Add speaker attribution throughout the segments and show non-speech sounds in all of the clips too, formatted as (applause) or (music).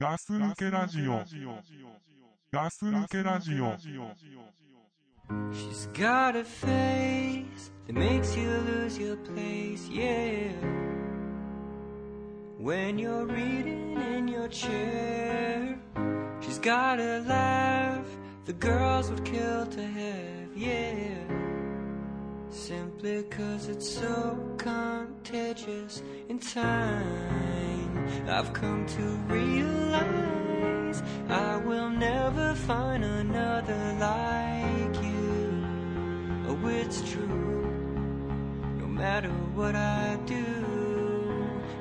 Speaker 1: ガス抜けラジオ。ガス抜けラジオ。
Speaker 2: She's got a face that makes you lose your place, yeah. When you're reading in your chair, she's got a laugh the girls would kill to have, yeah. Simply cause it's so contagious in time. I've come to realize I will never find another like you. Oh, it's true, no matter what I do.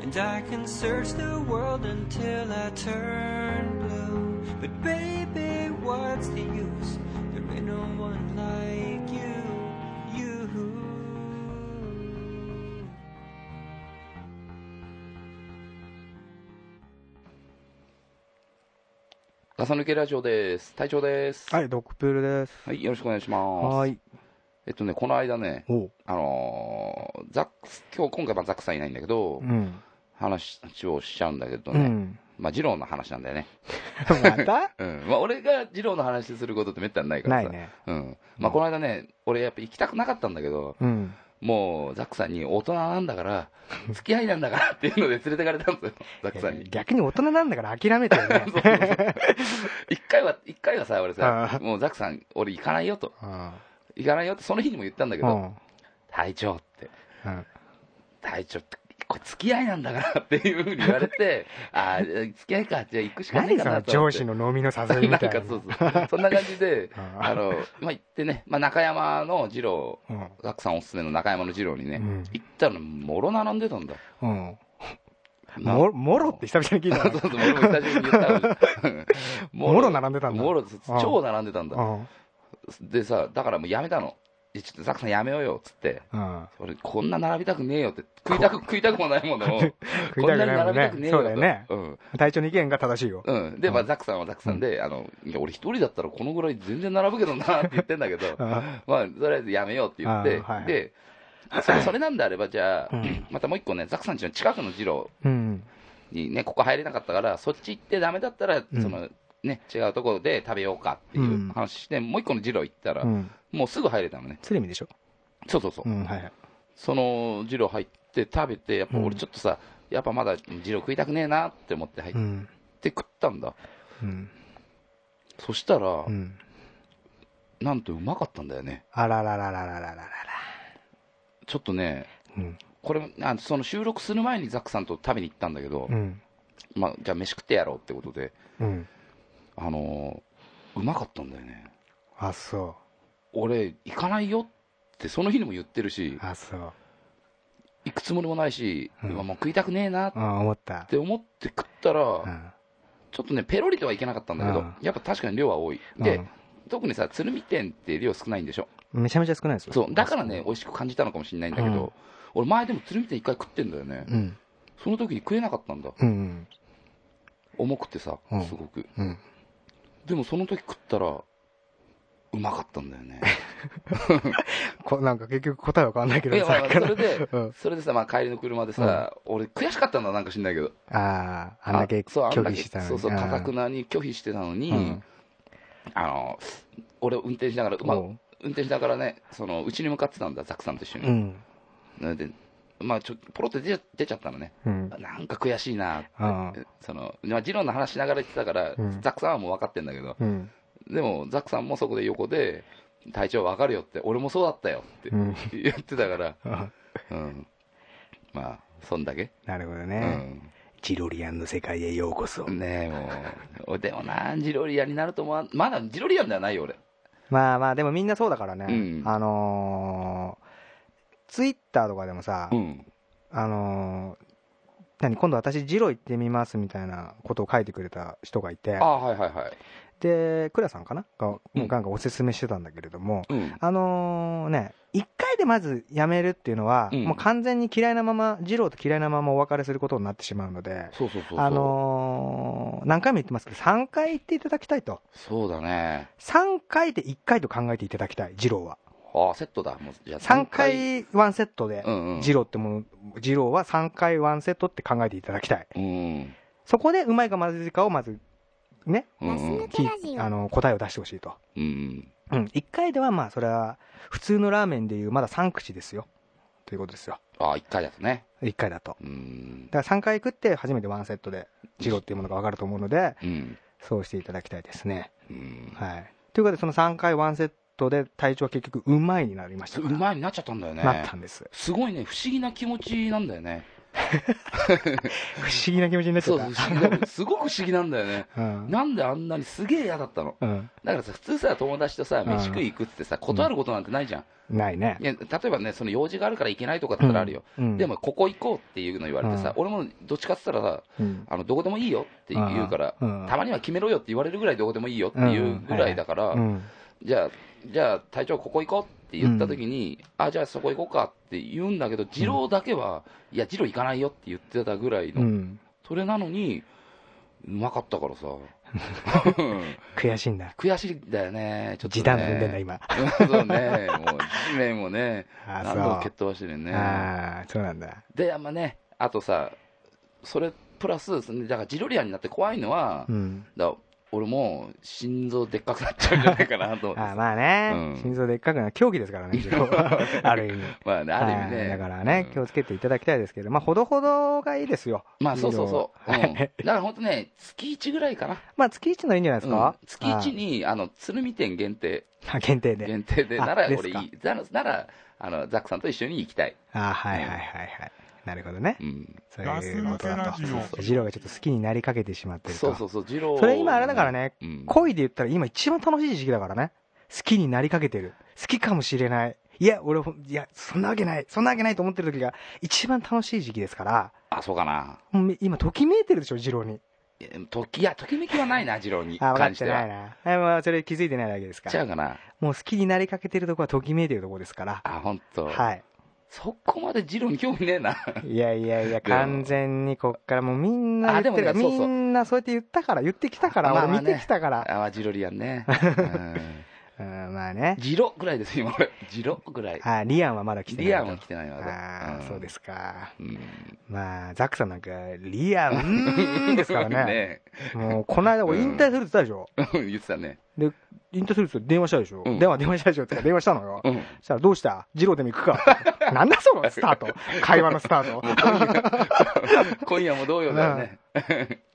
Speaker 2: And I can search the world until I turn blue. But baby, what's the use? There ain't no one like you, you.
Speaker 3: ガサ抜けラジオです。隊長です。
Speaker 4: はい、ドッグプールです。
Speaker 3: はい、よろしくお願いします。
Speaker 4: はーい。
Speaker 3: えっとね、この間ね、
Speaker 4: おう。
Speaker 3: あのーザックス、今日、今回はザックさんいないんだけど、
Speaker 4: ん。
Speaker 3: 話をしちゃうんだけど
Speaker 4: う
Speaker 3: ね、
Speaker 4: ん。
Speaker 3: まあ、二郎の話なんだよね。
Speaker 4: (laughs) また
Speaker 3: うん。まあ、俺が二郎の話することってめったにないから
Speaker 4: な
Speaker 3: さ。
Speaker 4: い。ね。
Speaker 3: うん。まあ、この間ね、俺やっぱ行きたくなかったんだけど、
Speaker 4: うん。
Speaker 3: もう、ザックさんに大人なんだ
Speaker 4: (laughs)
Speaker 3: から、付き合いなんだからっていうので連れてかれたんですよ、ザックさんに。
Speaker 4: 逆に大人なんだから諦めてよ
Speaker 3: (laughs)
Speaker 4: ね。
Speaker 3: そうそうそう一回は、一回はさ、俺
Speaker 4: あ
Speaker 3: さ
Speaker 4: あ、
Speaker 3: もうザックさん、俺行かないよと。
Speaker 4: うん。
Speaker 3: 行かないよって、その日にも言ったんだけ
Speaker 4: う
Speaker 3: ど、
Speaker 4: ん。
Speaker 3: 隊長って、
Speaker 4: うん
Speaker 3: 隊長って、これ付き合いなんだからっていうふうに言われ
Speaker 4: (laughs)
Speaker 3: て、ああ、付き合いか、じゃあ行くしかない
Speaker 4: 何
Speaker 3: か
Speaker 4: その
Speaker 3: なと思
Speaker 4: 上
Speaker 3: って。
Speaker 4: 司の飲みの誘いみ
Speaker 3: なん
Speaker 4: たいな。
Speaker 3: かそうそう。そんな感じ
Speaker 4: (laughs)
Speaker 3: で、
Speaker 4: うん
Speaker 3: あの、まあ、行ってね、まあ、中山の二郎、
Speaker 4: うん。
Speaker 3: ガクさんおすすめの中山の二郎にね、
Speaker 4: うん
Speaker 3: 行ったの、もろ並んでたんだ。
Speaker 4: うん。も、もろって久々に聞いた
Speaker 3: そうそう、俺も久しぶりに言った。
Speaker 4: (laughs) もろ並んでたんだ
Speaker 3: もろ、超並んでたんだ。
Speaker 4: の。
Speaker 3: でさ、だからもうやめたの。いやちょっとザクさんやめようよ、っつって。
Speaker 4: うん。うん。
Speaker 3: 俺、こんな並びたくねえよって、食いたく、食いたくもないものを、
Speaker 4: 食いたくないもん
Speaker 3: こんなに並びたくね
Speaker 4: ね。
Speaker 3: え
Speaker 4: そ
Speaker 3: よと
Speaker 4: うだよね。
Speaker 3: うん。
Speaker 4: 体調の意見が正しいよ。
Speaker 3: うん。で、まあ、
Speaker 4: うん
Speaker 3: ザックさんはザックさんで、あの、いや、俺一人だったらこのぐらい全然並ぶけどなって言ってんだけ
Speaker 4: (laughs)
Speaker 3: ど、
Speaker 4: うん
Speaker 3: まあ、とりあえずやめようって言って、
Speaker 4: あーはい
Speaker 3: で、そ
Speaker 4: (laughs)
Speaker 3: れそれなんであれば、じゃあ、
Speaker 4: うん
Speaker 3: またもう一個ね、ザックさんちの近くの二郎
Speaker 4: うん。
Speaker 3: にね、ここ入れなかったから、そっち行ってダメだったら、
Speaker 4: うん
Speaker 3: その、ね、違うところで食べようかっていう話して、もう一個の二郎行ったら、
Speaker 4: うん。
Speaker 3: もうすぐ入れたのね。
Speaker 4: 鶴見でしょ
Speaker 3: そうそうそう。
Speaker 4: うん、はいはい。
Speaker 3: その二郎入って食べて、やっぱ俺ちょっとさ、やっぱまだ二郎食いたくねえなって思って入っ
Speaker 4: うん。
Speaker 3: て食ったんだ。
Speaker 4: うん。
Speaker 3: そしたら、
Speaker 4: うん。
Speaker 3: なんとうまかったんだよね。
Speaker 4: あらららららららら。
Speaker 3: ちょっとね、
Speaker 4: うん。
Speaker 3: これ、あその収録する前にザックさんと食べに行ったんだけど、
Speaker 4: うん。
Speaker 3: まあ、じゃあ飯食ってやろうってことで、
Speaker 4: うん。
Speaker 3: あのーうまかったんだよね。
Speaker 4: あ、そう。
Speaker 3: 俺、行かないよってその日にも言ってるし、
Speaker 4: あ、そう。
Speaker 3: 行くつもりもないし、
Speaker 4: うん
Speaker 3: うわもう食いたくねえなっ
Speaker 4: うん、思った。
Speaker 3: て思って食ったら、
Speaker 4: うん。
Speaker 3: ちょっとね、ペロリとはいけなかったんだけど、
Speaker 4: うん
Speaker 3: やっぱ確かに量は多い。で、特にさ、鶴見店って量少ないんでしょ。
Speaker 4: うん、めちゃめちゃ少ないですよ。
Speaker 3: そう、だからね、美味しく感じたのかもしれないんだけど、
Speaker 4: うん
Speaker 3: 俺前でも鶴見店一回食ってんだよね。
Speaker 4: うん。
Speaker 3: その時に食えなかったんだ。
Speaker 4: うん。うん。
Speaker 3: 重くてさ
Speaker 4: うん、
Speaker 3: すごく。
Speaker 4: うん。
Speaker 3: でもその時食ったら、うまかったんだよね。
Speaker 4: こなんか結局答えわかん (laughs) ないけ
Speaker 3: い
Speaker 4: ど
Speaker 3: や、まあ
Speaker 4: さ
Speaker 3: まあ
Speaker 4: っきか
Speaker 3: それ
Speaker 4: ら
Speaker 3: で
Speaker 4: うん、
Speaker 3: それでさ、まあ帰りの車でさ、俺悔しかったんだ、なんか知んないけど。
Speaker 4: ああ、あんだけ
Speaker 3: そうあんだ
Speaker 4: 拒
Speaker 3: け
Speaker 4: 否したのに。
Speaker 3: そうそう、
Speaker 4: あー
Speaker 3: かたくなに拒否してたの
Speaker 4: う
Speaker 3: に
Speaker 4: ん、
Speaker 3: あの、俺運転しながら、まあ
Speaker 4: おう
Speaker 3: 運転しながらね、その、うちに向かってたんだ、ザックさんと一緒
Speaker 4: う
Speaker 3: に。
Speaker 4: ん。
Speaker 3: で、まあちょ、ポロって出ちゃ出ちゃったのね。
Speaker 4: うん。
Speaker 3: なんか悔しいなって
Speaker 4: あ
Speaker 3: その、まあ、ジローの話しながら言ってたから、
Speaker 4: うん
Speaker 3: ザックさんはもう分かってんだけど、
Speaker 4: うん。
Speaker 3: でも、ザックさんもそこで横で、体調分かるよって、俺もそうだったよって
Speaker 4: うん。
Speaker 3: 言ってたから、
Speaker 4: あ
Speaker 3: うん。まあ、そんだけ。
Speaker 4: なるほど
Speaker 3: う
Speaker 4: ね。
Speaker 3: ん。
Speaker 4: ジロリアンの世界へようこそ。
Speaker 3: ねえ、もう。でもな、ジロリアになると思わんまだジロリアンではないよ、俺。
Speaker 4: まあまあ、でもみんなそうだからね
Speaker 3: う。ん
Speaker 4: あのー、ツイッターとかでもさ
Speaker 3: う、ん。
Speaker 4: あのー、何今度私ジロ行ってみますみたいなことを書いてくれた人がいて
Speaker 3: あ、あ、はいはいはい。
Speaker 4: で、クラさんかなが、
Speaker 3: うん
Speaker 4: なんかおすすめしてたんだけれども、
Speaker 3: うん。
Speaker 4: あのね、一回でまずやめるっていうのは、
Speaker 3: うん
Speaker 4: もう完全に嫌いなまま、二郎と嫌いなままお別れすることになってしまうので、
Speaker 3: そうそうそうそう。
Speaker 4: あのー何回も言ってますけど、3回言っていただきたいと。
Speaker 3: そうだね。
Speaker 4: 3回で1回と考えていただきたい、二郎は。
Speaker 3: ああ、セットだ。もう、じゃあ
Speaker 4: 3、回ワンセットで
Speaker 3: う、んうん。
Speaker 4: 二郎ってもの、二郎は3回ワンセットって考えていただきたい。
Speaker 3: うん。
Speaker 4: そこでうまいかまずいかをまずね
Speaker 3: うんうん
Speaker 4: き
Speaker 5: ラジオ
Speaker 4: あの答えを出してほしいと、
Speaker 3: うん
Speaker 4: うん、1回ではまあそれは普通のラーメンでいうまだ3口ですよということですよ
Speaker 3: ああ1回だとね
Speaker 4: 1回だと
Speaker 3: うん
Speaker 4: だから3回食って初めてワンセットでジロっていうものが分かると思うので
Speaker 3: うん
Speaker 4: そうしていただきたいですね、
Speaker 3: うん
Speaker 4: はい、ということでその3回ワンセットで体調は結局うまいになりました
Speaker 3: う
Speaker 4: から
Speaker 3: まいになっちゃったんだよね
Speaker 4: なったんです
Speaker 3: すごいね不思議な気持ちなんだよね
Speaker 4: 不思議な気持ちになっちゃ
Speaker 3: そう
Speaker 4: った
Speaker 3: 不思議だすごく不思議なんだよね
Speaker 4: うん
Speaker 3: なんであんなにすげえ嫌だったの
Speaker 4: うん、
Speaker 3: だからさ普通さ友達とさ飯食い行くっつってさ断ることなんてないじゃん
Speaker 4: ないね
Speaker 3: いや例えばねその用事があるから行けないとかだったらあるよ、
Speaker 4: うん
Speaker 3: でも、ここ行こうっていうの言われてさ、俺もどっちかって言ったらさ
Speaker 4: うん
Speaker 3: あのどこでもいいよって言うから、
Speaker 4: うん
Speaker 3: たまには決めろよって言われるぐらいどこでもいいよっていうぐらいだから、
Speaker 4: うん
Speaker 3: じゃあ、じゃあ隊長ここ行こうって言った時に、あ、じゃあそこ行こうかって言うんだけど、二郎だけは、いや、二郎行かないよって言ってたぐらいうの、
Speaker 4: ん、
Speaker 3: それなのに、うまかった
Speaker 4: (laughs)
Speaker 3: からさ。
Speaker 4: 悔しいんだ
Speaker 3: 悔しいんだよね、ちょっと、ね。
Speaker 4: 時短踏んでんだ今
Speaker 3: (laughs) そうね、もう、地面もね、
Speaker 4: あ
Speaker 3: 何度も蹴
Speaker 4: そ
Speaker 3: っ飛ばしてるよ
Speaker 4: う、
Speaker 3: ね。
Speaker 4: ああそうなんだ
Speaker 3: で、あんまね、あとさ、それプラス、そのだからジロリアンになって怖いのは、
Speaker 4: うん
Speaker 3: だから俺も心臓でっかくなっちゃうんじゃないかなと思って
Speaker 4: あーまあね、
Speaker 3: うん
Speaker 4: 心臓でっかくな競技ですからね一応
Speaker 3: (laughs)
Speaker 4: ある意味
Speaker 3: まあね、ある意味
Speaker 4: は
Speaker 3: ね。
Speaker 4: いだからね、気をつけていただきたいですけど、まあ、ほどほどがいいですよ。
Speaker 3: まあそうそうそう。う
Speaker 4: い
Speaker 3: ん、
Speaker 4: ろいろ
Speaker 3: だから本当ね、月1ぐらいかな。
Speaker 4: まあ、月一のいいんじゃないですか、
Speaker 3: うん月1に、あの、鶴見店限定、
Speaker 4: あ限定で。
Speaker 3: 限定で、
Speaker 4: あ
Speaker 3: なら
Speaker 4: で、す
Speaker 3: 俺い
Speaker 4: か
Speaker 3: い、なら、なら、あの、ザックさんと一緒に行きたい。
Speaker 4: あーはいはいはいはい。なるほどね
Speaker 3: う。ん。
Speaker 4: そういうことだ
Speaker 1: ガス抜けラジ
Speaker 4: と。
Speaker 1: オ
Speaker 4: ジローがちょっと好きになりかけてしまってると。
Speaker 3: そうそうそう、二郎。
Speaker 4: それ今あれだからね、
Speaker 3: うん。
Speaker 4: 恋で言ったら今一番楽しい時期だからね。好きになりかけてる。好きかもしれない。いや、俺ほん、いや、そんなわけない。そんなわけないと思ってる時が一番楽しい時期ですから、
Speaker 3: あ、そうかな。
Speaker 4: もう今、ときめいてるでしょ、ジローに。
Speaker 3: いやとき、いや、ときめきはないな、二郎に
Speaker 4: (laughs) あ、分か
Speaker 3: 関
Speaker 4: っ
Speaker 3: して
Speaker 4: てない
Speaker 3: は。
Speaker 4: な。あまあ、それ気づいてないだけですか
Speaker 3: ちゃ
Speaker 4: ら。
Speaker 3: うかな。
Speaker 4: もう好きになりかけてるとこはときめいてるとこですから。
Speaker 3: あ、本当。
Speaker 4: はい。
Speaker 3: そこまで二郎に興味ねえ
Speaker 4: (laughs)
Speaker 3: な。
Speaker 4: いやいやいや、完全にこっからもうみんな言ってるか
Speaker 3: あ
Speaker 4: ら、
Speaker 3: でもねそうそう
Speaker 4: みんなそうやって言ったから、言ってきたか
Speaker 3: あ
Speaker 4: ら、
Speaker 3: ま
Speaker 4: ま
Speaker 3: あ
Speaker 4: あ
Speaker 3: まあ
Speaker 4: 見
Speaker 3: ね
Speaker 4: てきたから。
Speaker 3: あ、まあ二郎リアン
Speaker 4: (laughs)
Speaker 3: ね。うん
Speaker 4: うん、まあね。
Speaker 3: 二郎ぐらいです、今俺。二郎ぐらい。
Speaker 4: あリアンはまだ来てない
Speaker 3: リ
Speaker 4: と。
Speaker 3: アンは来てないわ。。
Speaker 4: ああ、そうですすか。
Speaker 3: うん。
Speaker 4: まあ、ザックさんなんか、リアン、うーんですからね。
Speaker 3: (laughs) ね
Speaker 4: もう、この間俺引退するって言ったでしょ。
Speaker 3: うん言ってたね。
Speaker 4: 引退するって電話したでしょ。
Speaker 3: うん
Speaker 4: 電話、電話したでしょってか電話したのよ。 (laughs)
Speaker 3: うん。
Speaker 4: そしたら、どうしたジローでも行
Speaker 3: (laughs)
Speaker 4: くか。なんだそのスタート。会話のスタート。
Speaker 3: 今夜もどうよだよね。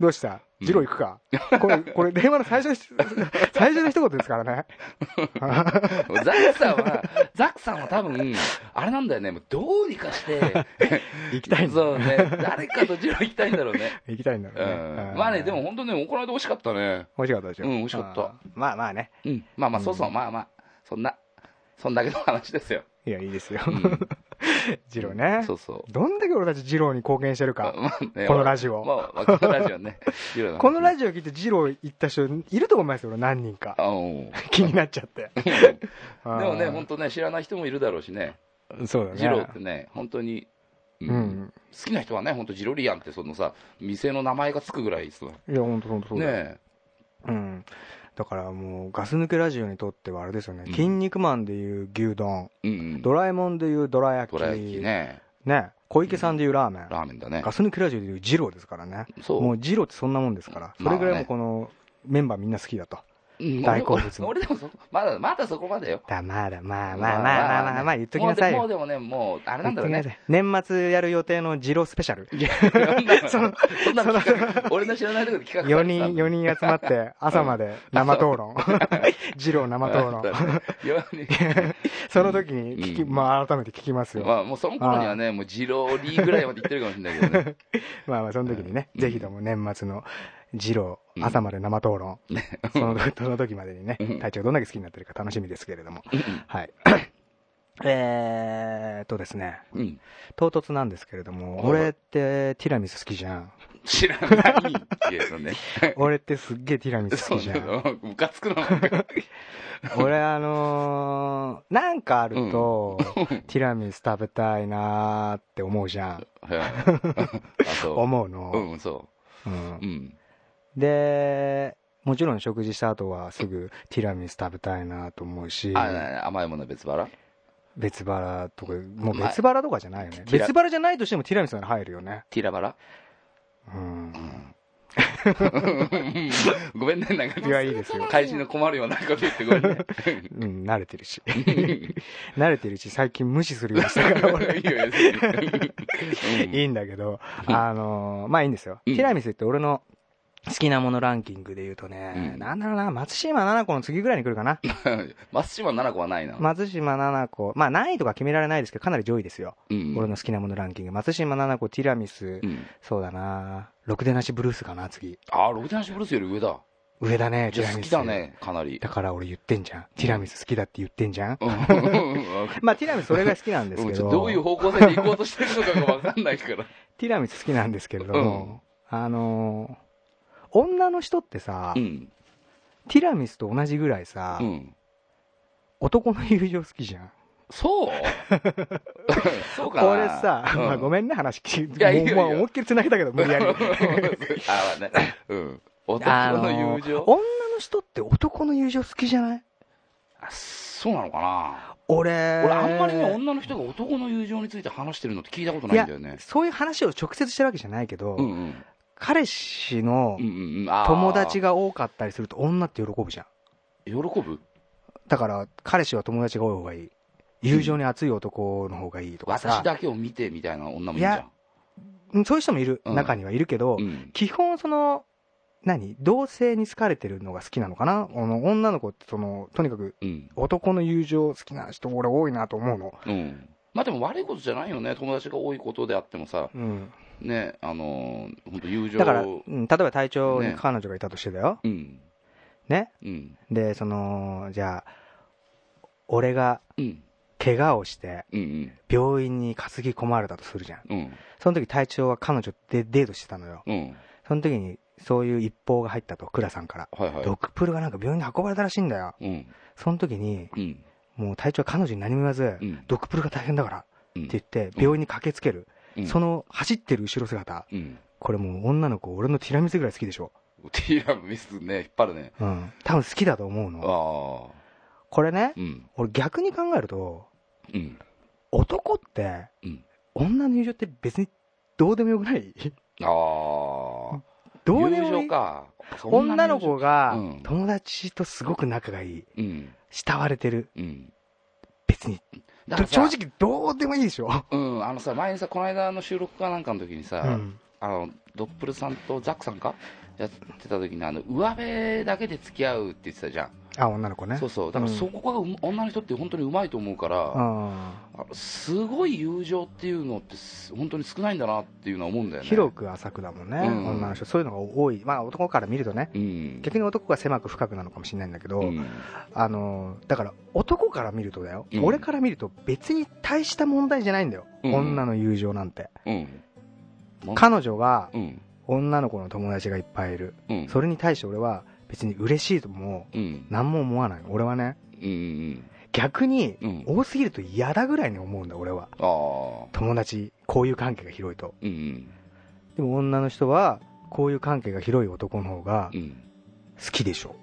Speaker 4: どうした
Speaker 3: うん
Speaker 4: ジロー行くか、これ、これ電話の最初
Speaker 3: (laughs)
Speaker 4: のひ、最初の一言ですからね。
Speaker 3: (laughs) ザックさんは、ザックさんは多分、あれなんだよね、もうどうにかして、
Speaker 4: (laughs) 行きたいんだ
Speaker 3: そうね、誰かとジロー行きたいんだろうね。
Speaker 4: 行きたいんだろ
Speaker 3: う
Speaker 4: うね
Speaker 3: ん。。まあね、でも
Speaker 4: うん、
Speaker 3: 本当ね、この間美味しかったね。
Speaker 4: 美味しかったでしょ。
Speaker 3: うん美味しかった
Speaker 4: うん。まあまあね。
Speaker 3: うん。まあまあ、そうそう、
Speaker 4: うん
Speaker 3: まあまあ、そんな、そんだけの話です
Speaker 4: (laughs)
Speaker 3: よ。
Speaker 4: いや、いいですよ
Speaker 3: う。ん。
Speaker 4: (laughs) ジローね
Speaker 3: そ。うそう。
Speaker 4: どんだけ俺たちジローに貢献してるか。
Speaker 3: まあね
Speaker 4: このラジオ。
Speaker 3: まあ、このラジオ
Speaker 4: (laughs)
Speaker 3: ね。
Speaker 4: このラ
Speaker 3: ジ
Speaker 4: ジオ聞いてジロー行った人いると思いますよ、俺何人か。
Speaker 3: オ。うん
Speaker 4: 気になっちゃって。
Speaker 3: で
Speaker 4: で
Speaker 3: もね、本当ね、知らない人もいるだろうしね。
Speaker 4: そうだね。
Speaker 3: ジローってね、本当に、
Speaker 4: う。ん。
Speaker 3: 好きな人はね、本当ジロリアンってそのさ、店の名前がつくぐらいですわ
Speaker 4: いや、本当本当そうだよ
Speaker 3: ね
Speaker 4: うん。だからもう、ガス抜けラジオにとってはあれですよね。
Speaker 3: うん
Speaker 4: 筋肉マンでいう牛丼、
Speaker 3: え。うんうん。
Speaker 4: ドラえもんでいうどら焼き。
Speaker 3: どら焼きね。
Speaker 4: ね小池さんでいうラーメン。
Speaker 3: ラーメンだね
Speaker 4: ガ。ス抜けラジオでいうジローですからね。
Speaker 3: そう。
Speaker 4: もうジローってそんなもんですから。それぐらいもうこのメンバーみんな好きだと。
Speaker 3: うん
Speaker 4: 大好物の
Speaker 3: 俺でも俺でもそこ、まだ、まだそこまでよ。
Speaker 4: だ、まだ、まあまあまあまあまあまあ、言っときなさい
Speaker 3: もう
Speaker 4: よ。
Speaker 3: でもうでもね、もう、あれな
Speaker 4: 言
Speaker 3: ん
Speaker 4: っ
Speaker 3: だ
Speaker 4: と
Speaker 3: ろ
Speaker 4: き
Speaker 3: う
Speaker 4: な
Speaker 3: ね。
Speaker 4: さい。年末やる予定のジロースペシャル。
Speaker 3: いやそんな
Speaker 4: その
Speaker 3: そんなの企画俺の知らないところで
Speaker 4: (laughs)
Speaker 3: 企画
Speaker 4: 4人、4人集まって、朝まで生討論。 (laughs) ジロー生討論。
Speaker 3: 4人。
Speaker 4: その時に聞き、
Speaker 3: うん
Speaker 4: まあ改めて聞きますよ。
Speaker 3: まあ、もうその頃には
Speaker 4: (laughs)
Speaker 3: ね、もうジローリーぐらいまで行ってるかもしれないけどね。
Speaker 4: まあまあ、その時にね、
Speaker 3: うん
Speaker 4: ぜひとも年末のジロ
Speaker 3: うん
Speaker 4: ー、朝まで生討論、その (laughs) 時その時までにね、体調どんだけ好きになってるか楽しみですけれども、はい。 (coughs) えーっとですね、
Speaker 3: うん。
Speaker 4: 唐突なんですけれど
Speaker 3: はい
Speaker 4: も、
Speaker 3: はい
Speaker 4: 俺ってティラミス好きじゃん。
Speaker 3: 知らないけどね。
Speaker 4: 俺ってすっげえティラミス
Speaker 3: そ
Speaker 4: (laughs) 好
Speaker 3: う
Speaker 4: きじゃ
Speaker 3: ね
Speaker 4: ん。。
Speaker 3: ムカつくな。なんか
Speaker 4: 俺あのー、なんかあると、ティラミス食べたいなーって思うじゃん。 (laughs)
Speaker 3: はいあと、
Speaker 4: 思う
Speaker 3: う
Speaker 4: の。。
Speaker 3: ん、そうう。うんん。
Speaker 4: で、もちろん食事した後はすぐティラミス食べたいなと思うし、
Speaker 3: あ、甘いもの別腹
Speaker 4: 別腹とか、もう
Speaker 3: まあ
Speaker 4: 別腹とかじゃないよね。
Speaker 3: ティラ
Speaker 4: 別腹じゃないとしてもティラミスなら入るよね。
Speaker 3: (laughs) ティラバラ
Speaker 4: うん。
Speaker 3: ごめんね、なんか
Speaker 4: い、やいいですよ
Speaker 3: 返しの困るようなこと言ってごめんね。
Speaker 4: うん、慣れてるし。慣れてるし、最近無視するようにしたから、俺。
Speaker 3: (laughs) いいよ別に
Speaker 4: いいんだけど、あのーまあいいんですよ。
Speaker 3: う
Speaker 4: テ
Speaker 3: ん
Speaker 4: ィラミスって俺の好きなものランキングで言うとね、
Speaker 3: うん
Speaker 4: なんだろうな、松島菜々子の次ぐらいに来るかな。
Speaker 3: うん松島奈々子はないな。
Speaker 4: 松島菜々子、まあ何位とか決められないですけど、かなり上位ですよ。
Speaker 3: うん
Speaker 4: 俺の好きなものランキング。松島菜々子、ティラミス、
Speaker 3: うん
Speaker 4: そうだな、ろくでなしブルースかな、次。
Speaker 3: あー、ロクジャンシブルースより上だ。
Speaker 4: 上だね、
Speaker 3: じ
Speaker 4: ティ
Speaker 3: ゃあ
Speaker 4: ラ
Speaker 3: 好
Speaker 4: ミ
Speaker 3: き
Speaker 4: ス。
Speaker 3: だ。ね、かなり。
Speaker 4: だから俺言ってんじゃん。ティラミス好きだって言ってんじゃん。
Speaker 3: うん
Speaker 4: まあティラミスそれが好きなんです
Speaker 3: う
Speaker 4: け
Speaker 3: んち
Speaker 4: ど。
Speaker 3: ょっとどういう方向性で行こうとしてるのかが分かんないから。
Speaker 4: ティラミス好きなんですけれども、あのー女の人ってさ、
Speaker 3: うん。
Speaker 4: ティラミスと同じぐらいさ、
Speaker 3: うん。
Speaker 4: 男の友情好きじゃん。 (laughs)
Speaker 3: そうそうかな。
Speaker 4: 俺さ、まあ、ご
Speaker 3: めん。 (laughs)
Speaker 4: めんね、話聞き、
Speaker 3: いやいいよいいよ
Speaker 4: もうまあ思いっきり繋げたけど、無
Speaker 3: (laughs)
Speaker 4: 理やり。
Speaker 3: ああ、ね。うん。男の友
Speaker 4: あのー
Speaker 3: 情
Speaker 4: 女の人って男の友情好きじゃない
Speaker 3: あそうなのかな
Speaker 4: 俺、
Speaker 3: 俺、あんまりね、女の人が男の友情について話してるのって聞いたことないんだよね。
Speaker 4: そういう話を直接してるわけじゃないけど、
Speaker 3: うんうん。
Speaker 4: 彼氏の
Speaker 3: うんうんうん。あー
Speaker 4: 友達が多かったりすると女って喜ぶじゃん。
Speaker 3: 喜ぶ
Speaker 4: だから、彼氏は友達が多い方がいい。友情に熱い男の方がいいとかさ。
Speaker 3: 私だけを見てみたいな女もいるじゃん。
Speaker 4: うんそういう人もいる、
Speaker 3: うん
Speaker 4: 中にはいるけど、
Speaker 3: うん。
Speaker 4: 基本その、何同性に好かれてるのが好きなのかなあの女の子ってその、とにかく
Speaker 3: うん。
Speaker 4: 男の友情好きな人俺多いなと思うの。
Speaker 3: うん。まあでも悪いことじゃないよね。友達が多いことであってもさ、
Speaker 4: うん。
Speaker 3: ね、あのー、本当友情
Speaker 4: だから、うん、例えば隊長に彼女がいたとしてだよ。
Speaker 3: うん。
Speaker 4: ね。
Speaker 3: うん。
Speaker 4: で、その、じゃあ、俺が
Speaker 3: うん。
Speaker 4: 怪我をして、
Speaker 3: うんうん。
Speaker 4: 病院に担ぎ込まれたとするじゃん。
Speaker 3: うん。
Speaker 4: その時隊長は彼女でデートしてたのよ。
Speaker 3: うん。
Speaker 4: その時に、そういう一報が入ったと、倉さんから。
Speaker 3: はいはい。
Speaker 4: ドクプルがなんか病院に運ばれたらしいんだよ。
Speaker 3: うん。
Speaker 4: その時に、
Speaker 3: うん。
Speaker 4: もう隊長は彼女に何も言わず、
Speaker 3: うん
Speaker 4: ドクプルが大変だからっ
Speaker 3: うん。
Speaker 4: て言って、病院に駆けつける、
Speaker 3: うん
Speaker 4: その走ってる後ろ姿、
Speaker 3: うん。
Speaker 4: これもう女の子、俺のティラミスぐらい好きでしょ、
Speaker 3: ティーラムミスね、引っ張るね。
Speaker 4: うん、多分好きだと思うの、
Speaker 3: ああ。
Speaker 4: これね、
Speaker 3: うん。
Speaker 4: 俺、逆に考えると、
Speaker 3: うん。
Speaker 4: 男って
Speaker 3: うん、
Speaker 4: 女の友情って別にどうでもよくない
Speaker 3: ああ。
Speaker 4: どうで
Speaker 3: (laughs) 友
Speaker 4: もい
Speaker 3: 情
Speaker 4: い、
Speaker 3: か。そんな
Speaker 4: 女の子が
Speaker 3: うん
Speaker 4: 友達とすごく仲がいい、
Speaker 3: 友情。うん。
Speaker 4: 慕われてる、
Speaker 3: うん。
Speaker 4: 別に、
Speaker 3: だからさ
Speaker 4: 正直、どうでもいいでしょ。
Speaker 3: うん、あのさ、前にさ、この間の収録かなんかの時にさ、
Speaker 4: うん
Speaker 3: あのドップルさんとザックさんかやってた時にあの上辺だけで付き合うって言ってたじゃん、
Speaker 4: あ女の子ね
Speaker 3: そうそう、だから
Speaker 4: うん
Speaker 3: そこがう女の人って本当にうまいと思うから、
Speaker 4: う
Speaker 3: あ
Speaker 4: ん
Speaker 3: のすごい友情っていうのってす、本当に少ないんだなっていうのは思うんだよね。
Speaker 4: 広く浅くだもんね、
Speaker 3: うん
Speaker 4: 女の人そういうのが多いまあ男から見るとね
Speaker 3: うん、
Speaker 4: 逆に男が狭く深くなのかもしれないんだけど、
Speaker 3: うん
Speaker 4: あのーだから男から見るとだよ、
Speaker 3: うん
Speaker 4: 俺から見ると別に大した問題じゃないんだよ、
Speaker 3: うん
Speaker 4: 女の友情なんて
Speaker 3: うんうん
Speaker 4: 彼女が
Speaker 3: うん
Speaker 4: 女の子の友達がいっぱいいる
Speaker 3: うん
Speaker 4: それに対して俺は別に嬉しいとも
Speaker 3: うん
Speaker 4: 何も思わない俺はね
Speaker 3: うんうん
Speaker 4: 逆に
Speaker 3: うん
Speaker 4: 多すぎると嫌だぐらいに思うんだ俺は
Speaker 3: ああ
Speaker 4: 友達こういう関係が広いと
Speaker 3: うん
Speaker 4: でも女の人はこういう関係が広い男の方が
Speaker 3: うんうん
Speaker 4: 好きでしょ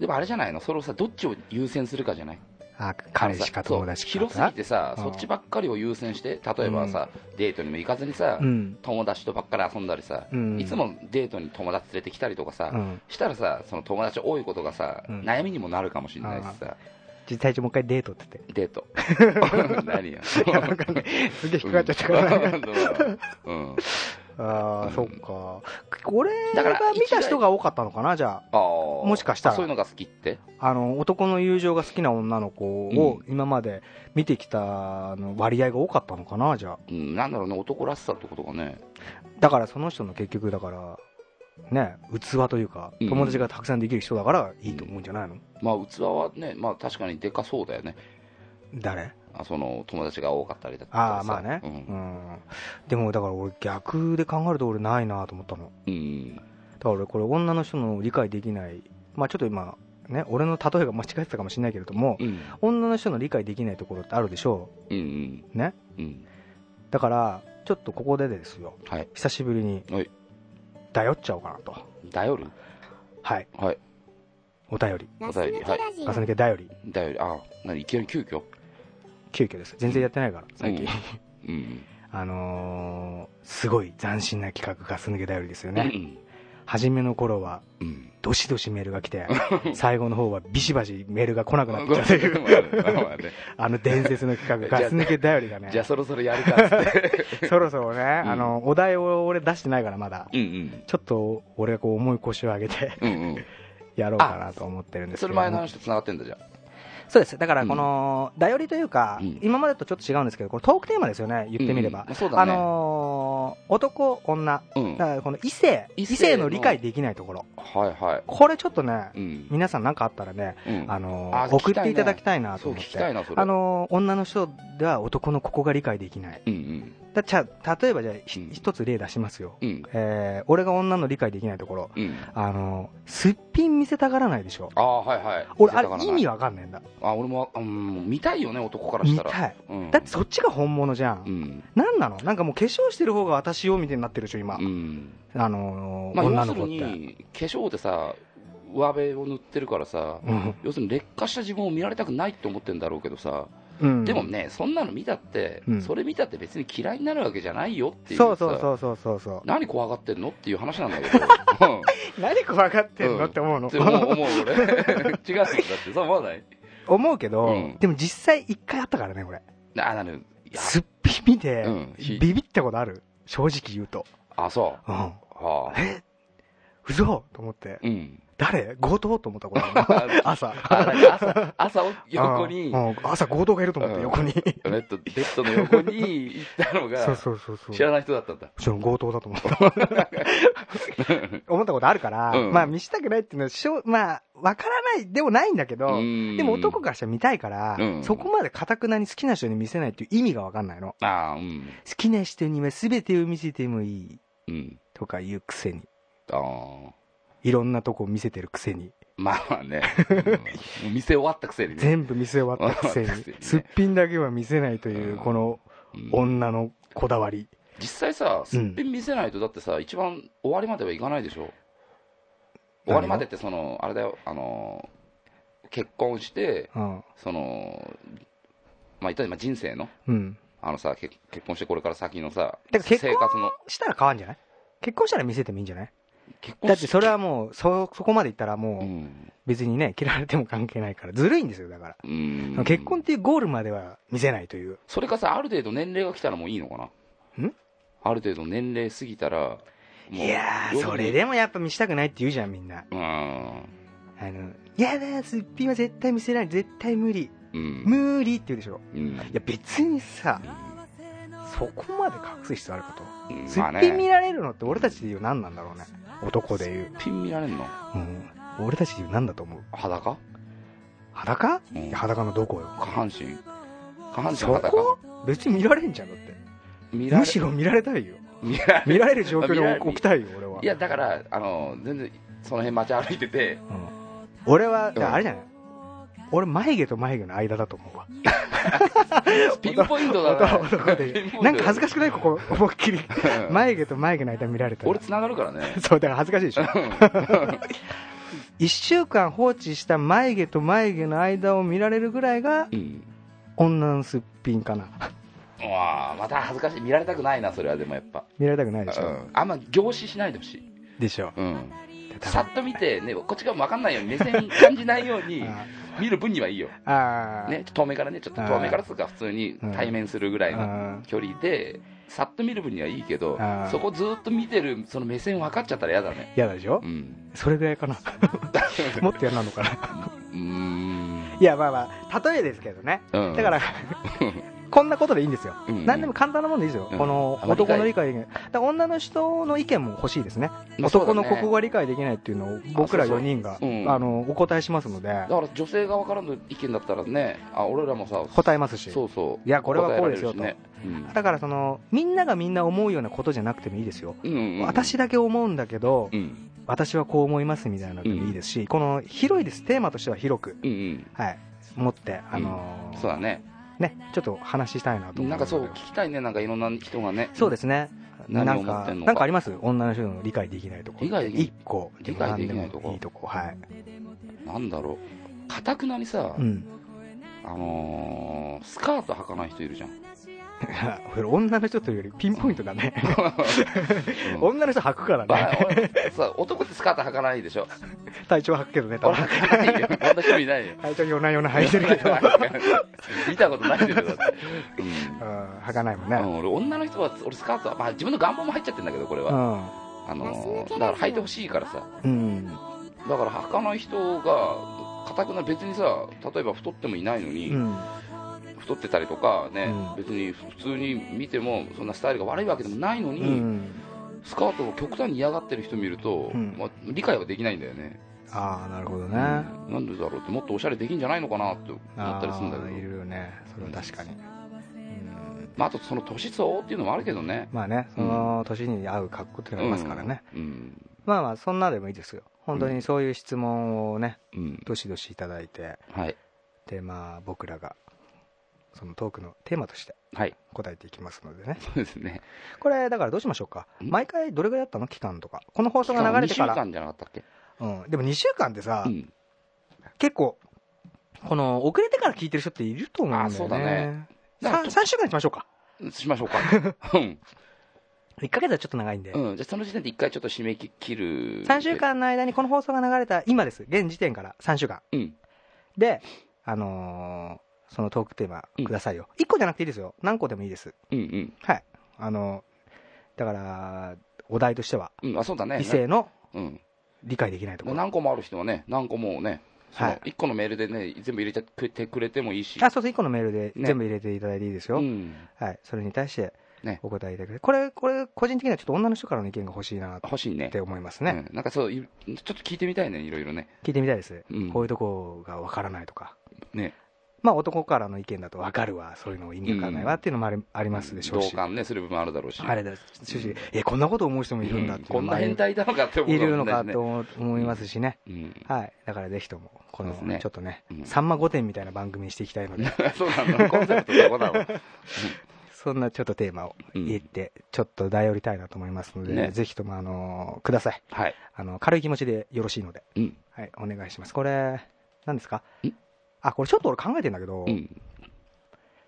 Speaker 3: でもあれじゃないのそれをさどっちを優先するかじゃない
Speaker 4: あ彼氏か
Speaker 3: あのさそう
Speaker 4: 友達か
Speaker 3: 広すぎてさ
Speaker 4: うん
Speaker 3: そっちばっかりを優先して例えばさ、デートにも行かずにさ、
Speaker 4: うん
Speaker 3: 友達とばっかり遊んだりさ、
Speaker 4: うん
Speaker 3: いつもデートに友達連れてきたりとかさ、
Speaker 4: うん
Speaker 3: したらさその友達多いことがさ、
Speaker 4: うん
Speaker 3: 悩みにもなるかもしれないしさ
Speaker 4: 実際中もう一回デートって言
Speaker 3: デー
Speaker 4: っ (laughs)
Speaker 3: ト何や
Speaker 4: ていやなんかね (laughs) すげえ引っかかっちゃったから、ね、
Speaker 3: うん、
Speaker 4: ああ
Speaker 3: うん
Speaker 4: そっか俺
Speaker 3: だから
Speaker 4: が見た人が多かったのかなじゃ
Speaker 3: あー
Speaker 4: もしかしたら
Speaker 3: そういうのが好きって
Speaker 4: ああの男の友情が好きな女の子を今まで見てきたの割合が多かったのかなじゃあ
Speaker 3: うん、なんだろうね男らしさってことがね
Speaker 4: だからその人の結局だからね器というか
Speaker 3: うん
Speaker 4: 友達がたくさんできる人だからいいと思うんじゃないの、
Speaker 3: まあ器はね、まあ、確かにでかそうだよね
Speaker 4: 誰
Speaker 3: あその友達が多かったりだとかさ
Speaker 4: ああまあね
Speaker 3: うん
Speaker 4: うん、でもだから俺逆で考えると俺ないなと思ったの
Speaker 3: うん
Speaker 4: だから俺これ女の人の理解できないまあちょっと今ね俺の例えが間違えてたかもしれないけれども
Speaker 3: うん
Speaker 4: 女の人の理解できないところってあるでしょ
Speaker 3: うんうん
Speaker 4: ね
Speaker 3: うん
Speaker 4: うだからちょっとここでですよ
Speaker 3: はい
Speaker 4: 久しぶりに
Speaker 3: はい
Speaker 4: 頼っちゃおうかなと
Speaker 3: 頼る
Speaker 4: はい
Speaker 3: はい
Speaker 4: お便り
Speaker 3: お便りはい
Speaker 4: ガス抜け頼り
Speaker 3: 頼りあ何いきなり急遽
Speaker 4: 急遽です全然やってないから最近、
Speaker 3: うんうん
Speaker 4: あのー、すごい斬新な企画ガス抜け頼りですよ
Speaker 3: うんう
Speaker 4: ね、
Speaker 3: ん
Speaker 4: 初めの頃は
Speaker 3: うん。
Speaker 4: どしどしメールが
Speaker 3: (laughs)
Speaker 4: 来て最後の方はビシバシメールが来なく
Speaker 3: ま
Speaker 4: な
Speaker 3: あ
Speaker 4: っ
Speaker 3: ま
Speaker 4: ちゃ
Speaker 3: (laughs)
Speaker 4: うという
Speaker 3: あまあね
Speaker 4: あの伝説の企画ガス抜け頼りがね
Speaker 3: じゃあそろそろやるかっつって。
Speaker 4: (laughs) そろそろね、
Speaker 3: うん
Speaker 4: あのお題を俺出してないからまだ
Speaker 3: うんうん。
Speaker 4: ちょっと俺がこう重い腰を上げて (laughs)
Speaker 3: うんうん。
Speaker 4: やろうかなと思ってるんです
Speaker 3: そ
Speaker 4: け
Speaker 3: れ
Speaker 4: ど
Speaker 3: 前の話と繋がってんだじゃん。
Speaker 4: そうですだからこの、だよりというか、
Speaker 3: うん
Speaker 4: 今までとちょっと違うんですけどこれトークテーマですよね言ってみれば、
Speaker 3: うんまあそうだね
Speaker 4: あのー男女
Speaker 3: うん。
Speaker 4: だ
Speaker 3: は
Speaker 4: からこの異性異
Speaker 3: 異
Speaker 4: 性
Speaker 3: 性の
Speaker 4: の理解できないところ
Speaker 3: いは
Speaker 4: これちょっとね
Speaker 3: い。うん。
Speaker 4: 皆さん何かあったらね、
Speaker 3: うん
Speaker 4: あの
Speaker 3: あ
Speaker 4: ー
Speaker 3: 聞き
Speaker 4: 送った
Speaker 3: いね
Speaker 4: ていただきたいなと
Speaker 3: そう、
Speaker 4: 思っ
Speaker 3: 聞き
Speaker 4: て
Speaker 3: たいな、それ。
Speaker 4: あ、のー女の人では男のここが理解できない
Speaker 3: うんうん。
Speaker 4: だじゃあ例えばじゃあひ
Speaker 3: うん
Speaker 4: 一つ例出しますよ、
Speaker 3: うん。
Speaker 4: えー俺が女の理解できないところ
Speaker 3: うん。
Speaker 4: あのーすっぴん見せたがらないでしょ
Speaker 3: ああ、はいはい。
Speaker 4: 俺あれ意味
Speaker 3: は
Speaker 4: わかんないんだ
Speaker 3: あ、俺も、うん、見たいよね、男からし
Speaker 4: 見
Speaker 3: たら。
Speaker 4: たい
Speaker 3: うん。
Speaker 4: だってそっちが本物じゃん、
Speaker 3: うん。
Speaker 4: なんなのなんかもう化粧してる方が私をみたいになってるでしょ今、
Speaker 3: うん。
Speaker 4: あのー
Speaker 3: まあ、
Speaker 4: 女
Speaker 3: 要す
Speaker 4: の子
Speaker 3: る
Speaker 4: って
Speaker 3: に、化粧でさ、上辺を塗ってるからさ、
Speaker 4: うん
Speaker 3: 要するに劣化した自分を見られたくないって思ってんだろうけどさ、
Speaker 4: うん
Speaker 3: でもね、そんなの見たって、
Speaker 4: うん
Speaker 3: それ見たって別に嫌いになるわけじゃないよっていうさ
Speaker 4: そうそうそうそうそうそう
Speaker 3: 何怖がってんのっていう話なんだ
Speaker 4: (laughs)
Speaker 3: けど、うん
Speaker 4: 何怖がってんの、
Speaker 3: うん
Speaker 4: って思うの
Speaker 3: って思う、思う俺。 (laughs) 違うよ、だって、そう思わない。
Speaker 4: (laughs) 思うけど、
Speaker 3: うん
Speaker 4: でも実際一回あったからねこれ
Speaker 3: あ、なる。いや
Speaker 4: すっぴん見て、
Speaker 3: うんひ
Speaker 4: ビビったことある正直言うと、
Speaker 3: あ、そう。
Speaker 4: うん、
Speaker 3: はあ。
Speaker 4: (laughs) え嘘と思って (laughs)
Speaker 3: うん。
Speaker 4: 誰強盗と思ったこと
Speaker 3: (laughs)
Speaker 4: ある朝
Speaker 3: あなんか朝、朝を横に
Speaker 4: う、んうん朝強盗がいると思って
Speaker 3: うん
Speaker 4: 横に
Speaker 3: ベッド、ベッドの横に行ったの
Speaker 4: そう
Speaker 3: が、
Speaker 4: そうそうそう
Speaker 3: 知らない人だったん (laughs) だ。
Speaker 4: ちろん強盗だと思った。思ったことあるから、
Speaker 3: うん
Speaker 4: まあ見せたくないっていうのはしょう、まあ、わからないでもないんだけど、で
Speaker 3: で
Speaker 4: も男からしたら見たいから、
Speaker 3: うん
Speaker 4: そこまでかたくなに好きな人に見せないっていう意味がわかんないの。
Speaker 3: ああ、うん。
Speaker 4: 好きな人には全てを見せてもいい
Speaker 3: うん。
Speaker 4: とか言うくせに、
Speaker 3: ああ。
Speaker 4: いろんなとこ見せてるくせに、
Speaker 3: まあまあね。うんもう店終わったくせにね。
Speaker 4: 全部見せ終わったくせ
Speaker 3: (laughs)
Speaker 4: に
Speaker 3: 終わったくせにね、
Speaker 4: すっぴんだけは見せないというう、
Speaker 3: ん
Speaker 4: この
Speaker 3: うん
Speaker 4: 女のこだわり。
Speaker 3: 実際さ、すっぴん見せないと、だってさ、一番終わりまではいかないでしょ。終わりまでって、その、あれだよ、あの、結婚して、
Speaker 4: うん。
Speaker 3: その、まあ、言ったら今人生の、
Speaker 4: うん。
Speaker 3: あのさ、結結婚してこれから先のさ、
Speaker 4: だから結婚
Speaker 3: 生活の、
Speaker 4: したら変わんじゃない結婚したら見せてもいいんじゃない
Speaker 3: 結婚
Speaker 4: だってそれはもう、そ、そこまでいったらもう、
Speaker 3: うん
Speaker 4: 別にね、嫌われても関係ないから、ずるいんですよ、だか
Speaker 3: う
Speaker 4: ら。
Speaker 3: ん。
Speaker 4: 結婚っていうゴールまでは見せないという。
Speaker 3: それかさ、ある程度年齢が来たらもういいのかなんある程度年齢過ぎたら、もう
Speaker 4: いやー、それ。でもやっぱ見したくないって言うじゃん、みんな。
Speaker 3: うん。
Speaker 4: あの、やだー、すっぴんは絶対見せない、絶対無理、
Speaker 3: うん。
Speaker 4: 無理って言うでしょ。
Speaker 3: うん
Speaker 4: いや、別にさ、そこまで隠す必要あるか
Speaker 3: うん
Speaker 4: と。すっ
Speaker 3: まあね
Speaker 4: ぴん見られるのって俺たちで言う何なんだろうね。男で言う。
Speaker 3: ピン見られんの
Speaker 4: うん。俺たちで言う何だと思う
Speaker 3: 裸
Speaker 4: 裸
Speaker 3: うん
Speaker 4: いや裸のどこよ。
Speaker 3: 下半身下半身
Speaker 4: そ
Speaker 3: 裸
Speaker 4: こ別に見られんじゃん、だって。
Speaker 3: 見ら
Speaker 4: む
Speaker 3: れ
Speaker 4: しろ見られたいよ。
Speaker 3: 見 (laughs) られ
Speaker 4: 見られる状況
Speaker 3: 見られ
Speaker 4: に
Speaker 3: る
Speaker 4: 置きたいよ、俺は。
Speaker 3: いやだからあの全然その辺街歩いて
Speaker 4: (laughs)
Speaker 3: て
Speaker 4: うん俺は、
Speaker 3: うん
Speaker 4: あれじゃない俺眉毛と眉毛の間だと思うわ
Speaker 3: ピンポイントだ
Speaker 4: 男
Speaker 3: ね
Speaker 4: 男で
Speaker 3: (laughs) ピンポイントだね
Speaker 4: なんか恥ずかしくないここ思いっきり
Speaker 3: うん
Speaker 4: 眉毛と眉毛の間見られたら
Speaker 3: 俺繋がるからね
Speaker 4: そうだから恥ずかしいでしょ1週間放置した眉毛と眉毛の間を見られるぐらいが
Speaker 3: うん
Speaker 4: 女のすっぴんかな
Speaker 3: うわあまた恥ずかしい見られたくないなそれはでもやっぱ
Speaker 4: 見られたくないでし
Speaker 3: う
Speaker 4: ょ
Speaker 3: んあんま凝視しないでほしい
Speaker 4: でしょ
Speaker 3: うん
Speaker 4: 多
Speaker 3: さ
Speaker 4: 分
Speaker 3: っと見てねこっちが分かんないように目線感じないように
Speaker 4: (laughs) あ
Speaker 3: 見る分にはいいよ
Speaker 4: ーあー
Speaker 3: ね遠目からねちょっと遠目からするか普通に対面するぐらいの
Speaker 4: あ
Speaker 3: 距離でさっと見る分にはいいけど
Speaker 4: あー
Speaker 3: そこずーっと見てるその目線分かっちゃったら嫌だね
Speaker 4: 嫌だでしょ
Speaker 3: うん
Speaker 4: それぐらいかなもっと嫌なのかな
Speaker 3: うーん
Speaker 4: いやまあまあ例えですけどね
Speaker 3: うん
Speaker 4: (laughs)
Speaker 3: (laughs)
Speaker 4: だから、こんなことでいいんですよ。
Speaker 3: うん
Speaker 4: 何でも簡単なもんでいいですよ。
Speaker 3: うん
Speaker 4: この
Speaker 3: あまり
Speaker 4: 男の理解できない。だから女の人の意見も欲しいですね。
Speaker 3: まあそうだ
Speaker 4: 男
Speaker 3: ね
Speaker 4: のここが理解できないっていうのを僕ら
Speaker 3: あそう
Speaker 4: 4
Speaker 3: そう
Speaker 4: 人が、
Speaker 3: うん
Speaker 4: あの、お答えしますので
Speaker 3: だ、から女性側からの意見だったらねあ俺らもさ
Speaker 4: 答えますし。
Speaker 3: そうそう
Speaker 4: いやこれはこうですよと
Speaker 3: 答えられるしね
Speaker 4: だからその、みんながみんな思うようなことじゃなくてもいいですよ。
Speaker 3: うんうんうんうん
Speaker 4: 私だけ思うんだけど
Speaker 3: う、ん
Speaker 4: 私はこう思いますみたいなのでもいいですし、この広いです。テーマとしては広く、
Speaker 3: うんうん
Speaker 4: はい、持って、あのー
Speaker 3: そうだね
Speaker 4: ね、ちょっと話したいなと思
Speaker 3: なんかそう
Speaker 4: ので
Speaker 3: 聞きたいねなんかいろんな人がね
Speaker 4: そうですね。な
Speaker 3: 何
Speaker 4: ん
Speaker 3: を思っ
Speaker 4: か、
Speaker 3: てんのか
Speaker 4: なんかあります女の人の理解できないところ。
Speaker 3: 理解できない
Speaker 4: 一個。
Speaker 3: 理解できないとこ
Speaker 4: いいとこ。はい。
Speaker 3: なんだろうかたくなにさ
Speaker 4: うん。 (laughs) (laughs)
Speaker 3: あのースカート履かない人いるじゃん
Speaker 4: それ女の人というよりピンポイントだね女の人履くから
Speaker 3: まあ
Speaker 4: ね
Speaker 3: 俺そう男ってスカート履かないでしょ
Speaker 4: 体調は履くけどね多
Speaker 3: 俺
Speaker 4: 分
Speaker 3: 履かないよそんな人いないよ
Speaker 4: 体調夜な夜な履いてるけど
Speaker 3: 見たことないでしょだって、うん
Speaker 4: うん履かないもんね
Speaker 3: うん、俺女の人は俺スカートは、まあ、自分の願望も入っちゃってるんだけどこれは、あのーだから履いてほしいからさ
Speaker 4: うん、うん
Speaker 3: だから履かない人がかたくな別にさ例えば太ってもいないのに、
Speaker 4: うん
Speaker 3: 太ってたりとかね、
Speaker 4: うん
Speaker 3: 別に普通に見てもそんなスタイルが悪いわけでもないのに、
Speaker 4: うん、
Speaker 3: スカートを極端に嫌がってる人見ると、
Speaker 4: うん
Speaker 3: まあ、理解はできないんだよね、
Speaker 4: ああなるほどね、
Speaker 3: うんなんでだろうってもっとおしゃれできんじゃないのかなって思ったりするんだ
Speaker 4: あーい
Speaker 3: けど
Speaker 4: るよねそれは確かに、うん
Speaker 3: まあ、あとその年相応っていうのもあるけどね
Speaker 4: まあねその年に合う格好っていうのがありますからね、
Speaker 3: うん
Speaker 4: まあまあそんなでもいいですよ本当にそういう質問をね
Speaker 3: うん、うん
Speaker 4: どしどしいただいて
Speaker 3: はい (laughs)
Speaker 4: でまあ僕らがそのトークのテーマとして
Speaker 3: はい
Speaker 4: 答えていきますのでね
Speaker 3: そうですね
Speaker 4: これだからどうしましょうか
Speaker 3: ん
Speaker 4: 毎回どれぐらいだったの期間とかこの放送が流れ
Speaker 3: 2
Speaker 4: て
Speaker 3: 週
Speaker 4: から、
Speaker 3: 間じゃなかったっけ
Speaker 4: うん、でも2週間ってさ、
Speaker 3: うん
Speaker 4: 結構この遅れてから聞いてる人っていると思うんだ
Speaker 3: あそ
Speaker 4: よ
Speaker 3: うだ
Speaker 4: ね
Speaker 3: ねだ
Speaker 4: さ
Speaker 3: から
Speaker 4: ん3週間にしましょうか
Speaker 3: しましょう
Speaker 4: (laughs)
Speaker 3: かうん、
Speaker 4: 1ヶ月はちょっと長いんで、
Speaker 3: うん、じゃあその時点で一回ちょっと締め切る
Speaker 4: 3週間の間にこの放送が流れた今です現時点から3週間
Speaker 3: うん
Speaker 4: であのーそのトークテーマくださいよ、1個じゃなくていいですよ何個でもいいです
Speaker 3: うんうん
Speaker 4: はいあのーだからお題としては
Speaker 3: うんあそうだね
Speaker 4: 異性の
Speaker 3: うん
Speaker 4: 理解できないところ
Speaker 3: 何個もある人はね何個もねそ
Speaker 4: は
Speaker 3: の
Speaker 4: い
Speaker 3: 一個のメールでね全部入れちゃってくれてもいいし
Speaker 4: あそうそう1個のメールで
Speaker 3: ね
Speaker 4: 全部入れていただいていいですよ、
Speaker 3: うん
Speaker 4: はい、それに対して
Speaker 3: ね
Speaker 4: お答えいただく、これこれ個人的にはちょっと女の人からの意見が欲しいなっ
Speaker 3: 欲しいね
Speaker 4: て思いますね、
Speaker 3: うんなんかそういちょっと聞いてみたいねいろいろね
Speaker 4: 聞いてみたいです、
Speaker 3: うん
Speaker 4: こういうとこがわからないとか
Speaker 3: ね
Speaker 4: まあ男からの意見だとわかるわそういうの意味わからないわっていうのもあり,、ありますでしょう
Speaker 3: 同
Speaker 4: し
Speaker 3: 感ねする部分あるだろうし
Speaker 4: あれだ正直えこんなこと思う人もいるんだっ
Speaker 3: うん
Speaker 4: ていう
Speaker 3: こ
Speaker 4: の
Speaker 3: ん
Speaker 4: も
Speaker 3: な変態なのかって思う
Speaker 4: いるのか
Speaker 3: ね
Speaker 4: と思思いますしね、
Speaker 3: うん (laughs)
Speaker 4: はいだからぜひともこの
Speaker 3: そうですね
Speaker 4: ちょっとね、
Speaker 3: うん
Speaker 4: さんま御殿みたいな番組にしていきたい
Speaker 3: (laughs)
Speaker 4: ので
Speaker 3: そうなのコンセプトそこだわ
Speaker 4: そんなちょっとテーマを
Speaker 3: うん
Speaker 4: 言ってちょっと頼りたいなと思いますので、
Speaker 3: ね
Speaker 4: ぜひともあのください
Speaker 3: はい
Speaker 4: あの軽い気持ちでよろしいので、
Speaker 3: うん
Speaker 4: はい、お願いしますこれ何ですか
Speaker 3: ん
Speaker 4: あこれちょっと俺考えてんだけど、
Speaker 3: うん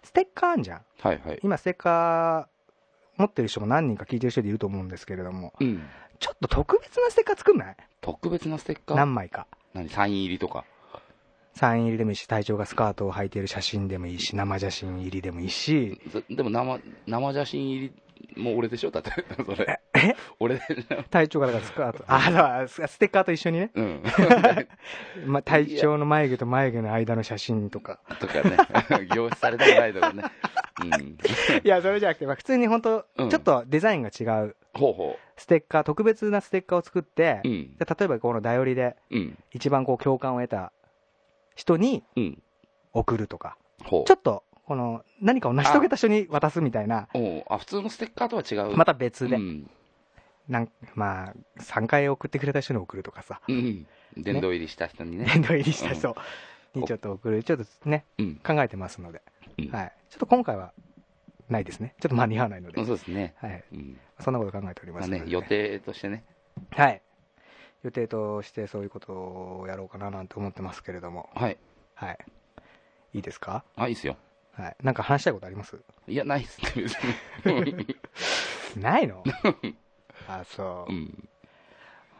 Speaker 4: ステッカーあんじゃん
Speaker 3: はいはい
Speaker 4: 今ステッカー持ってる人も何人か聞いてる人でいると思うんですけれども
Speaker 3: うん
Speaker 4: ちょっと特別なステッカー作んない
Speaker 3: 特別なステッカー
Speaker 4: 何枚か
Speaker 3: 何サイン入りとか
Speaker 4: サイン入りでもいいし隊長がスカートを履いている写真でもいいし生写真入りでもいいし
Speaker 3: ずでも生生写真入りもう俺でしょだってそれ
Speaker 4: え
Speaker 3: 俺で
Speaker 4: 隊長がだからスカート (laughs) あだからステッカーと一緒にね、
Speaker 3: うん
Speaker 4: (laughs) ま、隊長の眉毛と眉毛の間の写真とか
Speaker 3: とかね (laughs) 凝視されたくないとかねうん
Speaker 4: いやそれじゃなくて、まあ、普通に本当、
Speaker 3: うん
Speaker 4: ちょっとデザインが違う
Speaker 3: ほうほ
Speaker 4: ステッカー特別なステッカーを作って、
Speaker 3: ううん
Speaker 4: で例えばこの頼りで
Speaker 3: うん
Speaker 4: 一番こう共感を得た人に
Speaker 3: うん
Speaker 4: 送るとか
Speaker 3: ほう
Speaker 4: ちょっとこの何かを成し遂げた人に渡すみたいな
Speaker 3: おうあ普通のステッカーとは違う
Speaker 4: ま
Speaker 3: た
Speaker 4: た別で、
Speaker 3: うん、
Speaker 4: なんまあ3回送ってくれた人に送るとかさ
Speaker 3: うん、殿堂入りした人
Speaker 4: (laughs)
Speaker 3: にね
Speaker 4: 殿堂入りした人にちょっと送るちょっとね
Speaker 3: うん、
Speaker 4: 考えてますので、
Speaker 3: うん
Speaker 4: はい、ちょっと今回はないですねちょっと間に合わないので、
Speaker 3: うんそうですね、
Speaker 4: はい、
Speaker 3: うん
Speaker 4: そんなこと考えておりま
Speaker 3: ますあ
Speaker 4: ので、
Speaker 3: ね、予定としてね
Speaker 4: はい予定としてそういうことをやろうかななんて思ってますけれども
Speaker 3: はい
Speaker 4: はいいいですか
Speaker 3: あいいっすよ
Speaker 4: はいなんか話したいことあります
Speaker 3: いやないっすね別に
Speaker 4: な
Speaker 3: (laughs)
Speaker 4: いのあそう
Speaker 3: う、ん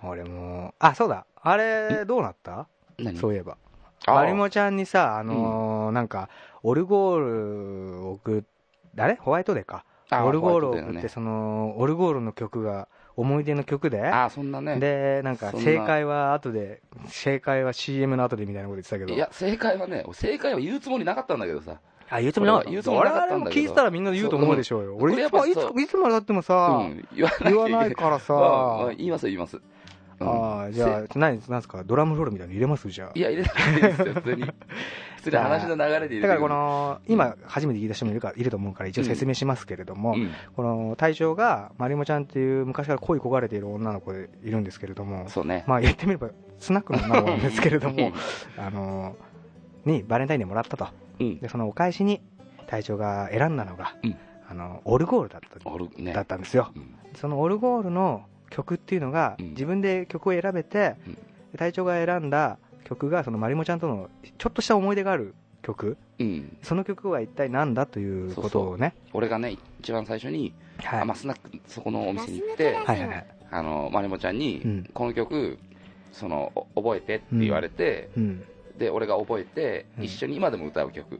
Speaker 4: 俺もあそうだあれどうなった
Speaker 3: 何
Speaker 4: そういえば
Speaker 3: あー
Speaker 4: 有モちゃんにさあのーなんかオルゴールを送っあれホワイトデーか
Speaker 3: あー
Speaker 4: オルゴールを
Speaker 3: ホワイトデー
Speaker 4: 送
Speaker 3: のね
Speaker 4: ってそのオルゴールの曲が思い出の曲で
Speaker 3: ああそんなね
Speaker 4: でなんか
Speaker 3: そんな
Speaker 4: 正解は後で正解は CM の後でみたいなこと言ってたけど
Speaker 3: いや正解はね正解は言うつもりなかったんだけどさ
Speaker 4: あ言うつもりなかっ
Speaker 3: 俺は言うつ
Speaker 4: た
Speaker 3: もりなかっ
Speaker 4: 我
Speaker 3: たん
Speaker 4: 々も
Speaker 3: だけど
Speaker 4: 聞いてたらみんな言うと思うでしょうよ
Speaker 3: そう
Speaker 4: 俺
Speaker 3: これ
Speaker 4: い
Speaker 3: やっ
Speaker 4: つも
Speaker 3: ぱ
Speaker 4: いつ
Speaker 3: そう
Speaker 4: いつまでだってもさ
Speaker 3: うん言わない
Speaker 4: 言わないから
Speaker 3: (laughs) うん
Speaker 4: さ
Speaker 3: うん言いますよ言います、うん
Speaker 4: ああじゃあ何なんすかドラムロールみたいなの入れますじゃあ
Speaker 3: いや、入れなくていいですよ、普通に。普通に話の流れで入れてくる
Speaker 4: だからこ、の今初めて聞いた人もいるかいると思うから一応説明しますけれども、
Speaker 3: うん、
Speaker 4: この大将がまりもちゃんっていう昔から恋焦がれている女の子でいるんですけれども
Speaker 3: そうね。
Speaker 4: まあ言ってみればスナックの女の子なんですけれ
Speaker 3: (laughs)
Speaker 4: ど
Speaker 3: う
Speaker 4: も
Speaker 3: ん
Speaker 4: あのにバレンタインでもらったと
Speaker 3: うん。
Speaker 4: でそのお返しに隊長が選んだのが、
Speaker 3: うん
Speaker 4: あのオルゴールだった
Speaker 3: あるね。
Speaker 4: だったんですよ
Speaker 3: うん
Speaker 4: そのオルゴールの曲っていうのが、
Speaker 3: うん
Speaker 4: 自分で曲を選べて、
Speaker 3: うん
Speaker 4: 隊長が選んだ曲がそのまりもちゃんとのちょっとした思い出がある曲
Speaker 3: うん、
Speaker 4: その曲は一体なんだということをね
Speaker 3: 俺がね一番最初に、
Speaker 4: は
Speaker 3: あ
Speaker 4: い
Speaker 3: まあ、スナックそこのお店に行って
Speaker 4: はいはいはい
Speaker 3: あのまりもちゃんに、
Speaker 4: うん
Speaker 3: この曲そのお覚えてって言われて、
Speaker 4: うん
Speaker 3: で俺が覚えて、
Speaker 4: うん
Speaker 3: 一緒に今でも歌う曲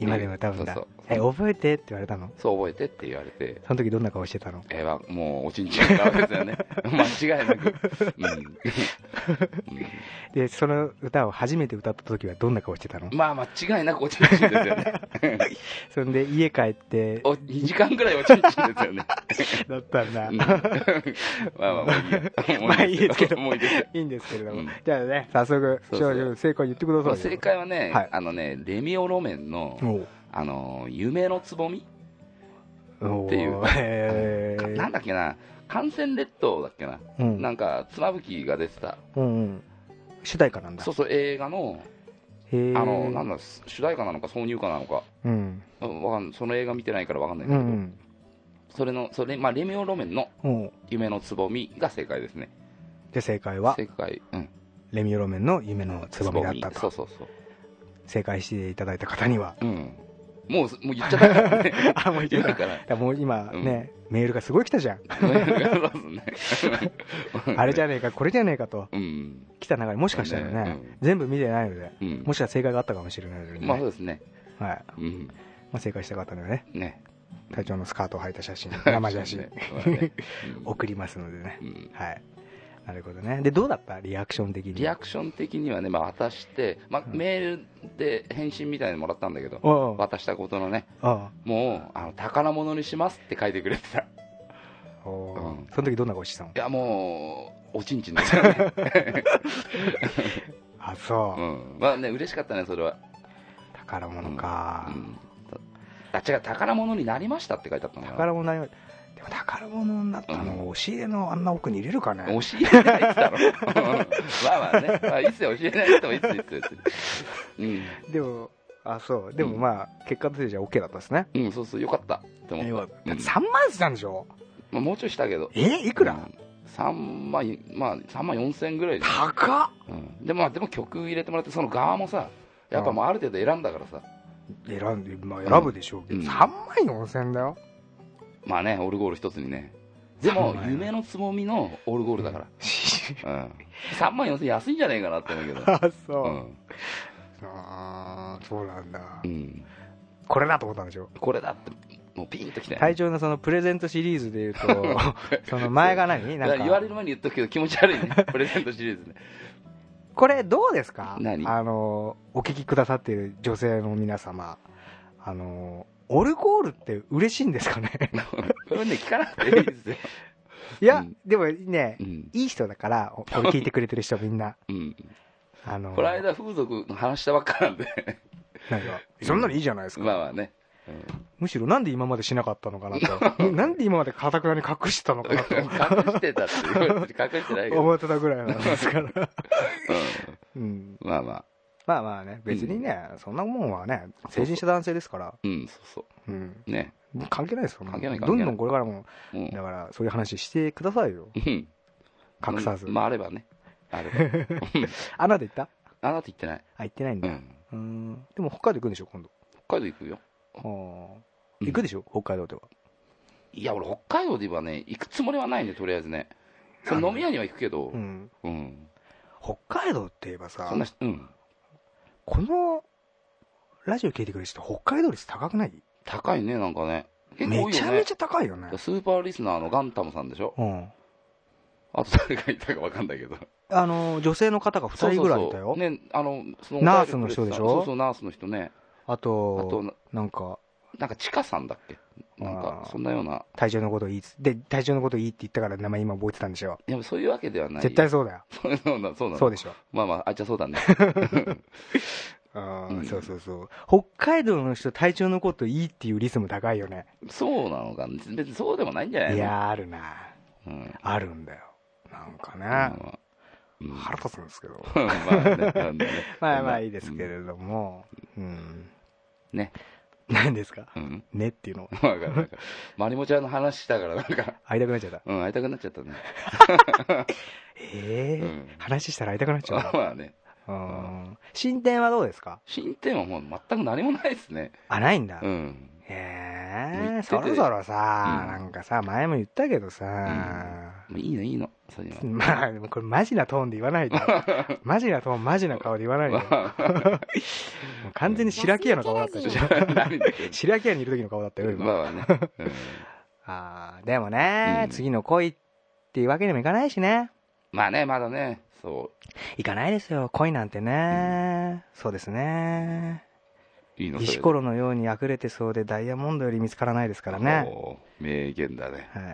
Speaker 4: 今でも歌うんだ
Speaker 3: そう
Speaker 4: え
Speaker 3: そう
Speaker 4: 覚えてって言われたの
Speaker 3: そう覚えてって言われて
Speaker 4: その時どんな顔してたの
Speaker 3: えー、わもうおちんちんが歌うですよね (laughs) 間違いなく、うんう
Speaker 4: でその歌を初めて歌った時はどんな顔してたの
Speaker 3: んまあ間違いなくおちんちんですよね
Speaker 4: そんで家帰って
Speaker 3: お2時間ぐらいおちんちんですよ
Speaker 4: (laughs)
Speaker 3: ね、
Speaker 4: だったんだ
Speaker 3: うんまあまあもういいや
Speaker 4: まあいいですけど
Speaker 3: もういいですよ
Speaker 4: いいんですけれども、
Speaker 3: うん
Speaker 4: じゃあね早速
Speaker 3: そう
Speaker 4: 少
Speaker 3: そう
Speaker 4: 女正解言ってください
Speaker 3: ま
Speaker 4: よ
Speaker 3: あ正解はね、
Speaker 4: はい
Speaker 3: あのねレミオロメンの
Speaker 4: おう
Speaker 3: 「あの夢のつぼみ」
Speaker 4: お
Speaker 3: っていう
Speaker 4: へ
Speaker 3: か
Speaker 4: ー
Speaker 3: なんだっけな感染列島だっけな、
Speaker 4: うん
Speaker 3: なんか妻夫木が出てた
Speaker 4: うんうん主題歌なんだ
Speaker 3: そうそう映画の
Speaker 4: へ
Speaker 3: あ
Speaker 4: ー
Speaker 3: のなんだ主題歌なのか挿入歌なのか
Speaker 4: うん
Speaker 3: うんわかんその映画見てないからわかんないけ
Speaker 4: う
Speaker 3: ど、
Speaker 4: ん
Speaker 3: それのそれ、まあ、レミオロメンの
Speaker 4: うんおう
Speaker 3: 「夢のつぼみ」が正解ですね
Speaker 4: じゃあ正解は
Speaker 3: 正解うん
Speaker 4: レミオロメンの夢のつぼみだった
Speaker 3: そう
Speaker 4: と
Speaker 3: そうそう
Speaker 4: 正解していただいた方には
Speaker 3: うんもうもう言っちゃったからね
Speaker 4: (laughs) あもう
Speaker 3: 言
Speaker 4: 言
Speaker 3: っ
Speaker 4: っち
Speaker 3: た
Speaker 4: ゃっ
Speaker 3: か
Speaker 4: たもう今
Speaker 3: うん
Speaker 4: ね、メールがすごい来たじゃん
Speaker 3: らそうですね
Speaker 4: あれじゃねえかこれじゃねえかと
Speaker 3: うん
Speaker 4: 来た中でもしかしたらね
Speaker 3: うん
Speaker 4: 全部見てないので
Speaker 3: うん
Speaker 4: もしかしたら正解があったかもしれないので、ね
Speaker 3: まあそうですね
Speaker 4: はい
Speaker 3: うん
Speaker 4: まあ、正解した方にはね
Speaker 3: ね
Speaker 4: 隊長のスカートを履いた写真生写真
Speaker 3: ねそうだねうん
Speaker 4: (laughs) 送りますのでね
Speaker 3: うん
Speaker 4: はいなるほどねでどうだったリアクション的に
Speaker 3: リアクション的にはね、まあ、渡して、まあ、
Speaker 4: うん
Speaker 3: メールで返信みたいなのもらったんだけど、
Speaker 4: おう
Speaker 3: 渡したことのね、
Speaker 4: お
Speaker 3: もうあの宝物にしますって書いてくれてた、いう
Speaker 4: おう
Speaker 3: うん
Speaker 4: その時どんな顔してたの
Speaker 3: や、もう、おちんちんですよ
Speaker 4: (laughs)
Speaker 3: ね、
Speaker 4: あそうう、
Speaker 3: ん、まあね、嬉しかったね、それは、
Speaker 4: 宝物か、
Speaker 3: うん、あ違う、宝物になりましたって書いてあったのよ、
Speaker 4: 宝物になりまでも宝物になったの、
Speaker 3: う
Speaker 4: 押し入れのあんな奥に入れるかね
Speaker 3: 教えないってだろ、まあまあね、まあ、いいっすよ、教えないってもいいっすよ、いいっすよ、いいっすよ
Speaker 4: でもあそうでも
Speaker 3: うん
Speaker 4: まあ、結果としてじゃあ OK だったですね
Speaker 3: うん、うん、そうそう、よかったって思った、
Speaker 4: だって
Speaker 3: うん
Speaker 4: 3万したんでしょ
Speaker 3: まあ、もうちょいしたけど、
Speaker 4: えいくら、
Speaker 3: うん3万、まあ、3万4千ぐらいで
Speaker 4: 高っ
Speaker 3: うんでまあ、でも曲入れてもらって、その側もさ、やっぱもうある程度選んだからさ、
Speaker 4: 選んで、まあ、選ぶでしょうけど、
Speaker 3: うん
Speaker 4: 3万4千だ
Speaker 3: (laughs)
Speaker 4: よ
Speaker 3: まあね、オルゴール一つにね、でも
Speaker 4: 3万、円
Speaker 3: 夢のつぼみのオルゴールだから、うん、3万4000安いんじゃないかなって思うけど、
Speaker 4: あそう、
Speaker 3: うん
Speaker 4: あーそうなんだ、
Speaker 3: うん、
Speaker 4: これだと思ったんでしょ
Speaker 3: これだって、もうピンときたよ
Speaker 4: 隊長のそのプレゼントシリーズ
Speaker 3: (laughs)
Speaker 4: でいうとその前が何
Speaker 3: だ
Speaker 4: な
Speaker 3: か
Speaker 4: ん
Speaker 3: ら言わ
Speaker 4: か
Speaker 3: れる前に言っとくけど、気持ち悪い
Speaker 4: (laughs)
Speaker 3: ね、プレゼントシリーズね。
Speaker 4: これどうですか
Speaker 3: 何
Speaker 4: あのお聞きくださっている女性の皆様あのオルゴールって嬉しいんですかね
Speaker 3: (laughs) これね、聞かなくていいですよ。
Speaker 4: いや、
Speaker 3: うん
Speaker 4: でもね
Speaker 3: うん、
Speaker 4: いい人だからおこれ聞いてくれてる人みんな
Speaker 3: うん、
Speaker 4: あの
Speaker 3: (laughs) この間、風俗の話したばっかなんで、
Speaker 4: なんかそんなのいいじゃないですか、
Speaker 3: まあまあね、
Speaker 4: むしろなんで今までしなかったのかなとなんで今までかたくなに隠してたのか
Speaker 3: 隠
Speaker 4: なと
Speaker 3: (laughs) してたっていう、隠してないけど、
Speaker 4: 思ってたぐらいなんですからうん
Speaker 3: うん、まあまあ、
Speaker 4: まあまあね、別にね、そんなもんはね、成人した男性ですから、
Speaker 3: うん、そうそ
Speaker 4: うん、
Speaker 3: う、ね、
Speaker 4: 関係ないですよ、
Speaker 3: 関係ない関
Speaker 4: ど
Speaker 3: 係
Speaker 4: ん
Speaker 3: ない
Speaker 4: どんこれからも、
Speaker 3: うん
Speaker 4: だからそういう話してくださいよ、
Speaker 3: うん
Speaker 4: 隠さず。
Speaker 3: まあ、あればね。あれ
Speaker 4: (laughs)
Speaker 3: ば。
Speaker 4: あなた行った
Speaker 3: あなた行ってない。
Speaker 4: あ、行ってないん
Speaker 3: う
Speaker 4: だ。
Speaker 3: ん。
Speaker 4: うーん。でも北海道行くんでしょ、今度。
Speaker 3: 北海道行くよ。
Speaker 4: はあ
Speaker 3: うん
Speaker 4: 行くでしょ、北海道では。
Speaker 3: いや、俺、北海道ではね、行くつもりはないね、とりあえずね。その飲み屋には行くけど
Speaker 4: う、ん。
Speaker 3: うん。
Speaker 4: 北海道って言えばさ
Speaker 3: そん、なし、うん。
Speaker 4: このラジオ聞いてくれる人、北海道率高くない
Speaker 3: 高いね、なんかね。結構多
Speaker 4: め
Speaker 3: い
Speaker 4: ち
Speaker 3: よ
Speaker 4: ゃ
Speaker 3: ね
Speaker 4: めち。ゃ高いよね。
Speaker 3: スーパーリスナーのガンタムさんでしょ
Speaker 4: うん。
Speaker 3: あと誰がいたかわかんないけど。
Speaker 4: あの、女性の方が2人ぐらいいた
Speaker 3: そうそうそ
Speaker 4: よ
Speaker 3: う。ね、あの、そ
Speaker 4: ナースの人でしょ
Speaker 3: そうそう、ナースの人ね。
Speaker 4: あ
Speaker 3: あと
Speaker 4: と、、なんか、
Speaker 3: なんか、チカさんだっけなん
Speaker 4: あ
Speaker 3: か
Speaker 4: ー、
Speaker 3: そんなような。
Speaker 4: 体調のこといいっつで、体調のこといいって言ったから名前今覚えてたんでしょ。
Speaker 3: でも、そういうわけではない。
Speaker 4: 絶対そうだよ。
Speaker 3: そう。そうなの、そうな
Speaker 4: そう
Speaker 3: の。
Speaker 4: でしょ。
Speaker 3: まあまあ、あ、じゃあそうだ
Speaker 4: (laughs)
Speaker 3: ね。
Speaker 4: あ
Speaker 3: う
Speaker 4: ー
Speaker 3: ん
Speaker 4: そうそうそう。北海道の人、体調のこといいっていうリズム高いよね。
Speaker 3: そうなのかな。別にそうでもないんじゃないの
Speaker 4: いやー、あるな。
Speaker 3: うん。
Speaker 4: あるんだよ。なんかね。
Speaker 3: うん
Speaker 4: 腹立つんですけど。
Speaker 3: (laughs) まあねなんでね
Speaker 4: (laughs) まあまあいいですけれども。うん。
Speaker 3: ね。
Speaker 4: 何ですか
Speaker 3: うん。
Speaker 4: ねっていうの。
Speaker 3: わかるわかる。まりもちゃんの話したから、なんか、
Speaker 4: 会いたくなっちゃった。
Speaker 3: うん、会いたくなっちゃったね。
Speaker 4: え
Speaker 3: う
Speaker 4: え
Speaker 3: ん
Speaker 4: 話したら会いたくなっちゃ
Speaker 3: (laughs) ま
Speaker 4: う
Speaker 3: あね。
Speaker 4: うん進展はどうですか
Speaker 3: 進展はもう全く何もないですね。
Speaker 4: あ、ないんだ。
Speaker 3: うん。
Speaker 4: へ
Speaker 3: もう言
Speaker 4: え、
Speaker 3: ってて
Speaker 4: そろそろさ、
Speaker 3: うん
Speaker 4: なんかさ、前も言ったけどさ、
Speaker 3: もういいの、いいの。そういうの。
Speaker 4: (laughs) まあ、でもこれマジなトーンで言わない
Speaker 3: (laughs)
Speaker 4: で。マジなトーン、マジな顔で言わないで。もう完全に白木屋の顔だったでしょ。
Speaker 3: 何だっけ
Speaker 4: (laughs) 白木屋にいる時の顔だったよ、今。
Speaker 3: まあね。うん
Speaker 4: あーでもね、
Speaker 3: うん
Speaker 4: 次の恋っていうわけにもいかないしね。
Speaker 3: まあね、まだね、そ
Speaker 4: いかないですよ、恋なんてね。そうですね。
Speaker 3: う、いいの。
Speaker 4: 石ころのように溢れてそうでダイヤモンドより見つからないですからね。
Speaker 3: おー。名言だね。
Speaker 4: はい。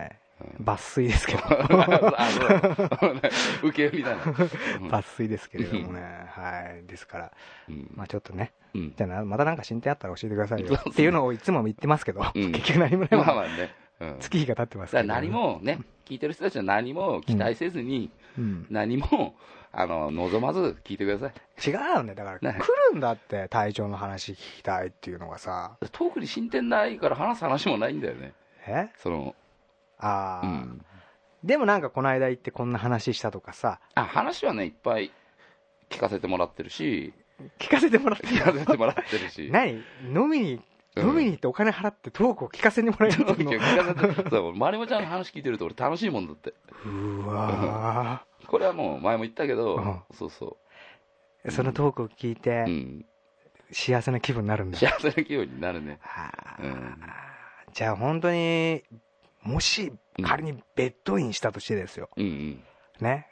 Speaker 3: うん
Speaker 4: 抜粋ですけど。
Speaker 3: あそうだ受け身だ
Speaker 4: (laughs)
Speaker 3: な。 (laughs) うん
Speaker 4: 抜粋ですけれどもね。はい。ですから、
Speaker 3: うん
Speaker 4: まあちょっとね、
Speaker 3: うん
Speaker 4: じゃあなまたなんか進展あったら教えてください
Speaker 3: そう
Speaker 4: よ。
Speaker 3: ですね
Speaker 4: っていうのをいつも言ってますけど、
Speaker 3: うん
Speaker 4: 結局何もない
Speaker 3: まあ
Speaker 4: も
Speaker 3: ま
Speaker 4: ん
Speaker 3: あね。うんだか
Speaker 4: 月日が経ってますけ
Speaker 3: ら
Speaker 4: どね
Speaker 3: 何、もね、聞いてる人たちは何も期待せずに、
Speaker 4: うん
Speaker 3: 何も、あの、望まず聞いてください。
Speaker 4: 違うね。だから、来
Speaker 3: ね
Speaker 4: るんだって、体調の話聞きたいっていうのがさ。
Speaker 3: 特に進展ないから話す話もないんだよね。
Speaker 4: え
Speaker 3: その、
Speaker 4: あ
Speaker 3: う
Speaker 4: あ、
Speaker 3: ん。
Speaker 4: でもなんかこの間行ってこんな話したとかさ、
Speaker 3: あ、話はね、いっぱい聞かせてもらってる
Speaker 4: (laughs)
Speaker 3: し、
Speaker 4: 聞かせてもらっ
Speaker 3: (laughs)
Speaker 4: て
Speaker 3: 聞かせてもらってるし。
Speaker 4: 何飲みに、
Speaker 3: うん
Speaker 4: 飲みに行ってお金払ってトークを聞かせてもらえるの
Speaker 3: 聞かせてそう、まりもちゃんの話聞いてると俺楽しいもんだって。
Speaker 4: うわ
Speaker 3: これはもう前も言ったけど、
Speaker 4: うん
Speaker 3: そうそ。
Speaker 4: ーそのトークを聞いうて
Speaker 3: う、ん。
Speaker 4: 幸せな気分になるんだ。
Speaker 3: 幸せな気分になるね。
Speaker 4: はあ
Speaker 3: うん
Speaker 4: じゃあ本当に、もし
Speaker 3: うん
Speaker 4: 仮にベッドインしたとしてですよ。
Speaker 3: うんうん。
Speaker 4: ね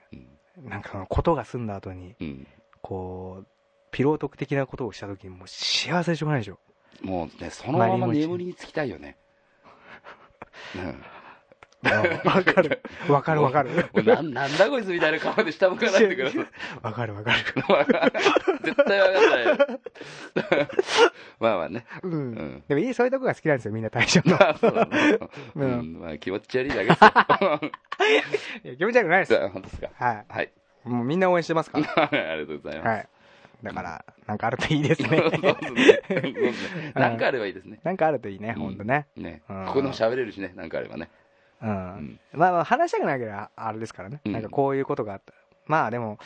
Speaker 3: うん。
Speaker 4: なんかそのことが済んだ後に、
Speaker 3: うん。
Speaker 4: こう、ピロートーク的なことをした時にもう幸せでしょうがない
Speaker 3: (laughs)
Speaker 4: でしょ。
Speaker 3: もうね、そのまま
Speaker 4: まりもちゃん
Speaker 3: 眠りにつきたいよね。うん
Speaker 4: わかる。わかるわかる。
Speaker 3: (laughs) もう
Speaker 4: (laughs)
Speaker 3: なんなんだこいつみたいな顔で下向かないでください。
Speaker 4: わかるわかる。
Speaker 3: 絶対わかんない (laughs) よ。まあまあね。
Speaker 4: う。
Speaker 3: うんん。
Speaker 4: でもいい、そういうとこが好きなんですよ、みんな大将
Speaker 3: (laughs)
Speaker 4: の
Speaker 3: ま。あそうだね
Speaker 4: (laughs) う
Speaker 3: うんん。まあ気持ち悪いだけですよ。
Speaker 4: いや気持ち悪くないです
Speaker 3: じ
Speaker 4: よ。
Speaker 3: ゃ
Speaker 4: (laughs)
Speaker 3: あ、本当ですか。
Speaker 4: は
Speaker 3: (laughs) はい。 (laughs)
Speaker 4: い。もうみんな応援してますから。
Speaker 3: ありがとうござい (laughs) ます。
Speaker 4: はい。だから、なんかあるといいです
Speaker 3: そう (laughs) で
Speaker 4: ね。 (laughs)
Speaker 3: すねそうですねなんかあればいいですね。
Speaker 4: なんかあるといいね、
Speaker 3: うん
Speaker 4: ほんとね。
Speaker 3: ね。
Speaker 4: うん
Speaker 3: ここでも喋れるしね、なんかあればね。
Speaker 4: うん。
Speaker 3: ん
Speaker 4: まあまあ、話したくなければ、あれですからね。
Speaker 3: うん
Speaker 4: なんかこういうことがあった。まあでも、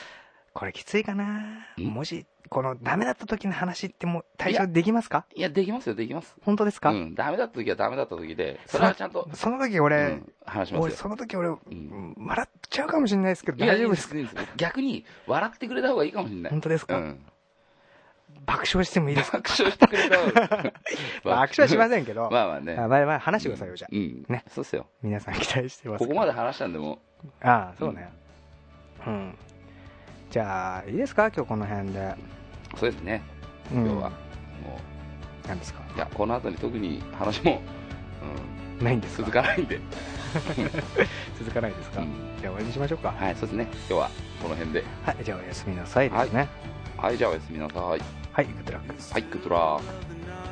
Speaker 4: これきついかな。
Speaker 3: うん
Speaker 4: もし、このダメだった時の話ってもう対象できますか
Speaker 3: いや、できますよ、できます。
Speaker 4: 本当です
Speaker 3: う
Speaker 4: か
Speaker 3: ん。ダメだった時はダメだった時で、それはちゃんと、
Speaker 4: その時
Speaker 3: う
Speaker 4: 俺、
Speaker 3: ん話しま
Speaker 4: 俺、
Speaker 3: すよ。
Speaker 4: その時俺、
Speaker 3: ん
Speaker 4: 笑っちゃうかもしれないですけど、
Speaker 3: いや
Speaker 4: 大丈夫ですか
Speaker 3: いいですいいです逆に、笑ってくれた方がいいかもしれない
Speaker 4: 本。当です
Speaker 3: う
Speaker 4: か
Speaker 3: ん。
Speaker 4: 爆笑してもいいで
Speaker 3: (laughs)
Speaker 4: すか
Speaker 3: 爆笑してくれた方が
Speaker 4: (laughs) 爆笑はしま
Speaker 3: ん。
Speaker 4: せんけど、
Speaker 3: まあまあね。
Speaker 4: あまあまあ話してくださいよ、じゃあ。
Speaker 3: うん。
Speaker 4: ね
Speaker 3: ね。そうっすよ。
Speaker 4: 皆さん期待してますか
Speaker 3: こ
Speaker 4: ら。
Speaker 3: こまで話したんでも
Speaker 4: ああ、そうね。うん。じゃあ、いいですか今日この辺で。
Speaker 3: う、そうですね。
Speaker 4: 今
Speaker 3: 今日は。も
Speaker 4: 何ですか
Speaker 3: う、いや、この後に特に話も、
Speaker 4: ないん
Speaker 3: う
Speaker 4: で
Speaker 3: ん、
Speaker 4: すか
Speaker 3: 続かないんで。
Speaker 4: 続かないです
Speaker 3: う
Speaker 4: か
Speaker 3: ん
Speaker 4: じゃあ終わりにしましょうか。
Speaker 3: はい、そうですね。今日はこの辺で。
Speaker 4: はい、じゃあおやすみなさいですね。
Speaker 3: はい、じゃあおやすみなさい。
Speaker 4: はい、グッドラック。
Speaker 3: はい、グッドラー。
Speaker 2: of the night.